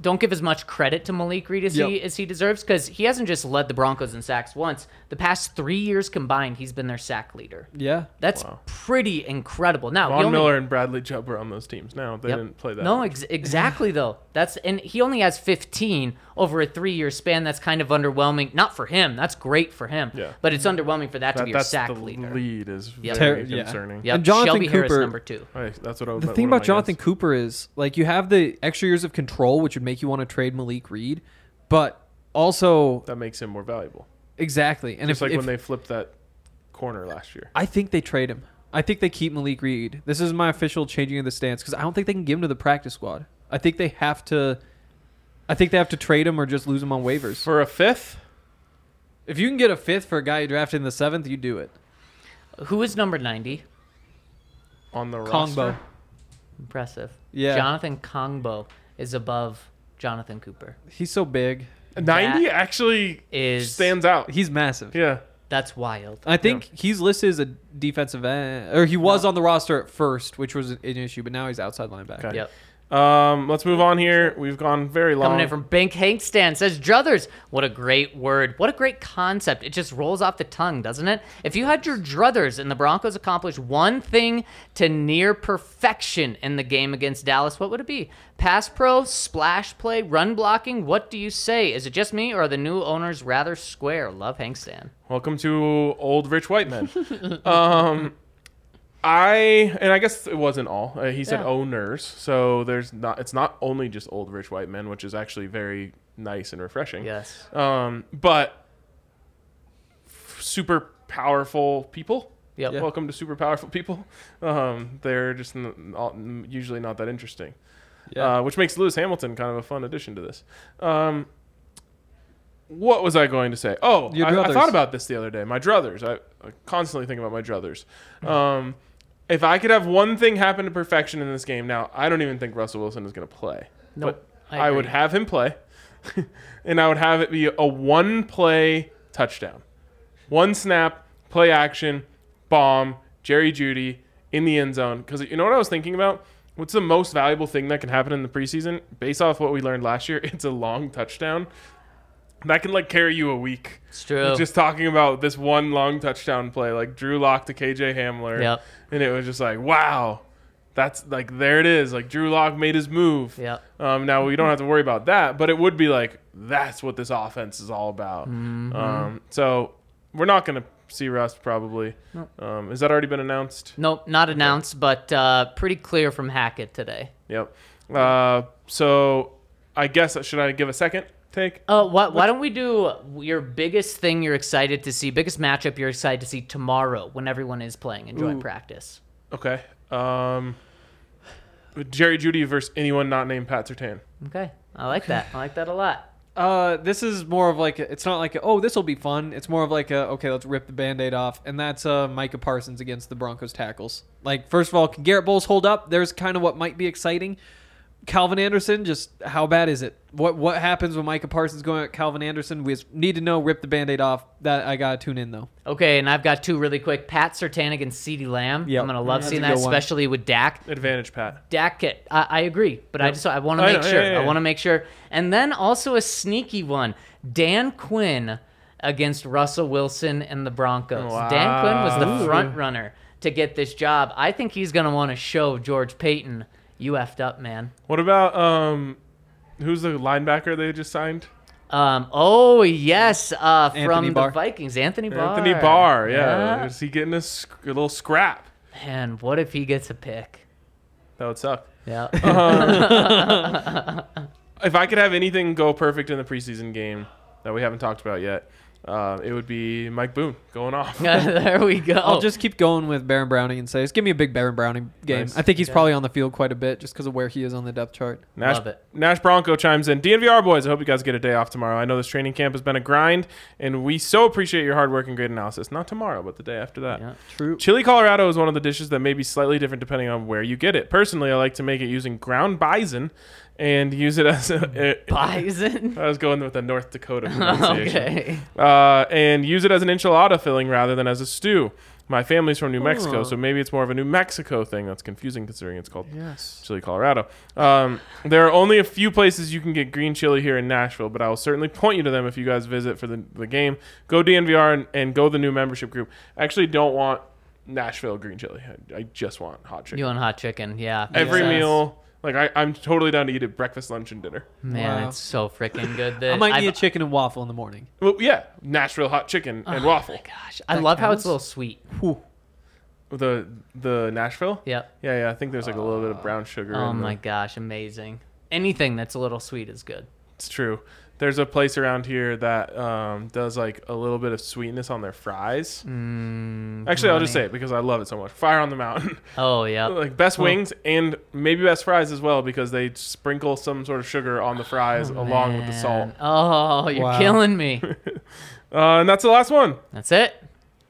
don't give as much credit to Malik Reed as he
Yep.
as he deserves because he hasn't just led the Broncos in sacks once. The past three years combined, he's been their sack leader.
yeah.
That's pretty incredible. Now, he
Von
only-
Miller and Bradley Chubb were on those teams. Now they
Yep.
didn't play that.
No,
much.
ex- exactly though. That's and he only has 15 over a three-year span. That's kind of underwhelming. Not for him. That's great for him.
Yeah.
But it's underwhelming for that, to
that,
be your
that's
sack
the
leader.
lead is
Yep.
very
Ter- yeah.
concerning.
Yep.
And Jonathan
Shelby Harris
Cooper-
number two.
Right, that's what I was
The thing about Jonathan Cooper is like you have the extra years of control, which would make you want to trade Malik Reed, but also
that makes him more valuable.
exactly. And
It's
if,
like
if
when they flipped that corner last year.
I think they trade him. I think they keep Malik Reed. This is my official changing of the stance because I don't think they can give him to the practice squad. I think they have to. I think they have to trade him or just lose him on waivers.
for a fifth.
If you can get a fifth for a guy you drafted in the seventh, you do it.
Who is number 90?
on the
Combo.
roster.
Impressive.
Yeah.
Jonathan Kongbo is above Jonathan Cooper.
He's so big.
Ninety
That
actually
is-
stands out.
He's massive.
yeah,
That's wild.
I think he's listed as a defensive end, or he was on the roster at first, which was an issue, but now he's outside linebacker.
Okay.
Yep.
Um, let's move on here. We've gone very long.
Coming in from Bank Hankstand says druthers. What a great word. What a great concept. It just rolls off the tongue, doesn't it? If you had your druthers and the Broncos accomplished one thing to near perfection in the game against Dallas, what would it be? Pass pro, splash play, run blocking. What do you say? Is it just me or are the new owners rather square? Love Hankstand.
Welcome to old rich white men. um, I and I guess it wasn't all. Uh, he said
Yeah.
owners, so there's not. It's not only just old rich white men, which is actually very nice and refreshing.
Yes.
Um, but super powerful people.
Yep. Yeah.
Welcome to super powerful people. Um, they're just n- all- n- usually not that interesting.
Yeah.
uh, which makes Lewis Hamilton kind of a fun addition to this. Um, what was I going to say? Oh,
Your
I, I
druthers.
thought about this the other day. My druthers. I, I constantly think about my druthers. Um, if I could have one thing happen to perfection in this game, now I don't even think Russell Wilson is going to play.
Nope,
But
I
I, would
agree.
have him play, and I would have it be a one-play touchdown, one snap, play action, bomb, Jerry Judy in the end zone. Because you know what I was thinking about? What's the most valuable thing that can happen in the preseason? Based off what we learned last year, it's a long touchdown that can like carry you a week.
It's true.
Just talking about this one long touchdown play, like Drew Lock to KJ Hamler.
Yep.
And it was just like, wow, that's like, there it is. Like, Drew Lock made his move.
Yep.
Um, now, we don't have to worry about that, but it would be like, that's what this offense is all about. Um, so we're not going to see Russ probably. Um, has that already been announced?
Nope, not announced, but uh, pretty clear from Hackett today.
Yep. Uh, so I guess, should I give a second take?
Uh, why, why don't we do your biggest thing you're excited to see, biggest matchup you're excited to see tomorrow when everyone is playing and joint practice?
Okay. Um, Jerry Judy versus anyone not named Pat Sertan.
Okay, I like that. I like that a lot.
Uh, this is more of like a, it's not like a, oh this will be fun. It's more of like a, okay let's rip the band-aid off, and that's uh Micah Parsons against the Broncos tackles. Like first of all, can Garrett Bowles hold up? There's kind of what might be exciting. Calvin Anderson, just how bad is it? What what happens when Micah Parsons going at Calvin Anderson? We just need to know. Rip the band-aid off. That I gotta tune in though.
Okay, and I've got two really quick. Pat Sertan against CeeDee Lamb.
Yep.
I'm going to love
That's
seeing
a
that,
good one.
especially with Dak.
Advantage Pat.
Dak, get- I, I agree, but I just I want to
Oh, I
make
know,
sure.
yeah, yeah,
I
yeah.
want to make sure. And then also a sneaky one: Dan Quinn against Russell Wilson and the Broncos. Dan Quinn was the front runner to get this job. I think he's going to want to show George Payton you effed up, man.
What about um, who's the linebacker they just signed?
Um, oh yes, uh,
Anthony
from
Barr.
the Vikings, Anthony Barr.
Anthony Barr. Yeah. Is he getting a, sc- a little scrap?
Man, what if he gets a pick?
That would suck.
Yeah.
If I could have anything go perfect in the preseason game that we haven't talked about yet, uh, it would be Mike Boone going off.
there we go.
I'll just keep going with Baron Browning and say, just give me a big Baron Browning game.
Nice.
I think he's probably on the field quite a bit just because of where he is on the depth chart.
Nash,
Love it.
Nash Bronco chimes in. DNVR boys, I hope you guys get a day off tomorrow. I know this training camp has been a grind, and we so appreciate your hard work and great analysis. Not tomorrow, but the day after that.
Yeah.
True.
Chili Colorado is one of the dishes that may be slightly different depending on where you get it. Personally, I like to make it using ground bison and use it as a.
Bison.
I was going with the North Dakota pronunciation
okay.
uh, and use it as an enchilada filling rather than as a stew. My family's from New Mexico, so maybe it's more of a New Mexico thing. That's confusing considering it's called Chili Colorado. Um, there are only a few places you can get green chili here in Nashville, but I will certainly point you to them if you guys visit for the, the game. Go DNVR and, and go the new membership group. I actually don't want Nashville green chili. I, I just want hot chicken.
You on hot chicken? Yeah.
Every
makes sense.
meal, like I, I'm totally down to eat it breakfast, lunch, and dinner.
Man,
Wow.
it's so freaking good.
I
That
might
I've-
need a chicken and waffel in the morning.
Well, yeah, Nashville hot chicken and waffle.
Gosh, I love how it's a little sweet.
The the Nashville.
Yep.
Yeah, yeah. I think there's like a little bit of brown sugar.
Oh
in
my
the,
gosh, amazing. Anything that's a little sweet is good.
it's true. there's a place around here that um, does like a little bit of sweetness on their fries.
Mm,
Actually, I'll just say it because I love it so much. Fire on the Mountain,
Oh yeah.
like best wings and maybe best fries as well because they sprinkle some sort of sugar on the fries along with the salt.
Oh, Man. Oh, you're
Wow.
killing me.
Uh, and that's the last one.
That's it.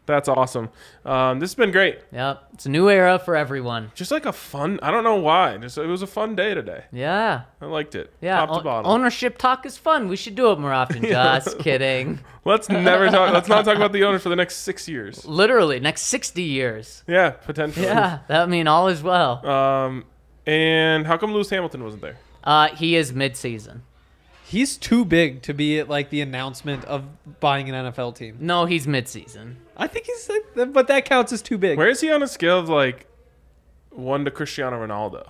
That's awesome. Um, this has been great.
Yep. It's a new era for everyone.
Just like a fun. I don't know why. Just it was a fun day today.
Yeah.
I liked it.
Yeah.
Top
O-
to bottom.
Ownership talk is fun. We should do it more often. Just kidding.
Let's never talk. Let's not talk about the owners for the next six years.
Literally, next 60 years.
Yeah, potentially.
Yeah. That mean all is well.
Um, and how come Lewis Hamilton wasn't there?
Uh, he is mid-season.
He's too big to be at like the announcement of buying an NFL team.
No, he's mid-season.
I think he's, like, but that counts as too big.
Where is he on a scale of like one to Cristiano Ronaldo?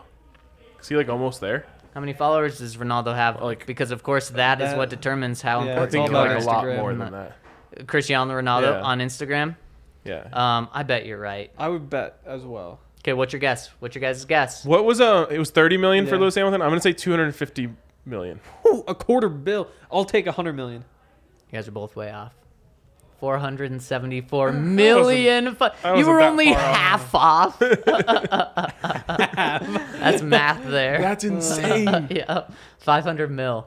Is he like almost there?
How many followers does Ronaldo have? Like, because of course that is
that-
what determines how
Yeah,
I
It's
important
think
all
like
about
a lot
Instagram,
more
isn't
than that.
Cristiano Ronaldo
Yeah.
on Instagram.
Yeah.
Um, I bet you're right.
I would bet as well.
Okay, what's your guess? What's your guys' guess?
what was uh It was thirty million for
Yeah.
Lewis Hamilton. I'm gonna say two hundred and fifty million.
Ooh, a quarter bill. I'll take a hundred million.
You guys are both way off. 474 million. Fo- you
wasn't
were
that
only
far off.
half off. That's math there.
Uh.
That's insane.
yeah, 500 mil.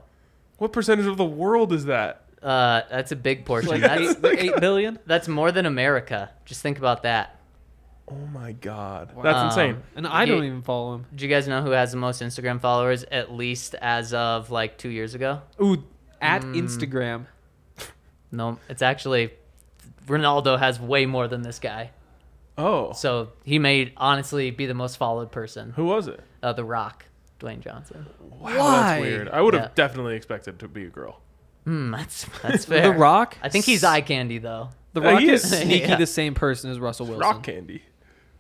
what percentage of the world is that?
Uh, that's a big portion.
Like
that's
eight, like eight billion.
that's more than America. Just think about that.
Oh my god, that's insane.
And I don't
Yeah.
even follow him.
Do you guys know who has the most Instagram followers? At least as of like two years ago.
Ooh, at Instagram.
No, it's actually Ronaldo has way more than this guy.
Oh,
So he may honestly be the most followed person.
who was it?
Uh, the Rock, Dwayne Johnson.
Wow, that's weird. I would have
Yeah.
definitely expected to be a girl.
Hmm, that's that's
The
fair.
Rock?
I think he's eye candy though.
The
Yeah,
Rock
he
is
is.
sneaky
Yeah.
the same person as Russell Wilson.
Rock candy.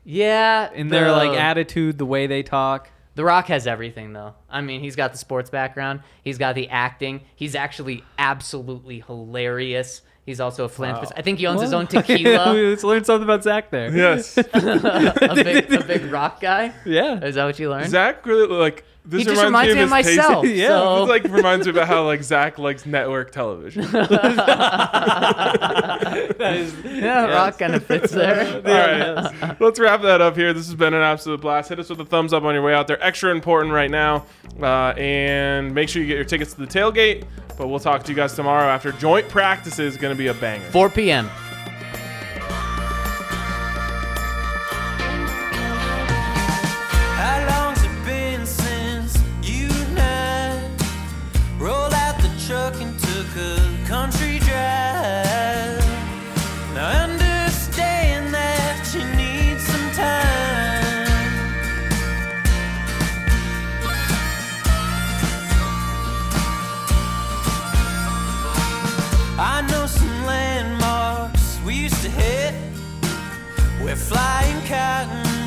Yeah,
In their like
the-
attitude, the way they talk.
The Rock has everything though. I mean, he's got the sports background. He's got the acting. He's actually absolutely hilarious. He's also a philanthropist. I think he owns his own tequila.
Let's learn something about Zach there.
Yes,
a, big, a big rock guy.
Yeah.
Is that what you learned?
Zach really like this
he just
reminds,
reminds me
his
of
taste-
myself.
Yeah,
so-
This, like reminds me about how like Zach likes network television. All
yeah, rock kind of fits there.
right, let's wrap that up here. This has been an absolute blast. Hit us with a thumbs up on your way out there. Extra important right now, uh, and make sure you get your tickets to the tailgate. But we'll talk to you guys tomorrow after joint practice is going to be a banger.
4 p.m.
How long's it been since you and I rolled out the truck and took a country drive? Now I understand that you need some time. I know some landmarks we used to hit. We're flying cotton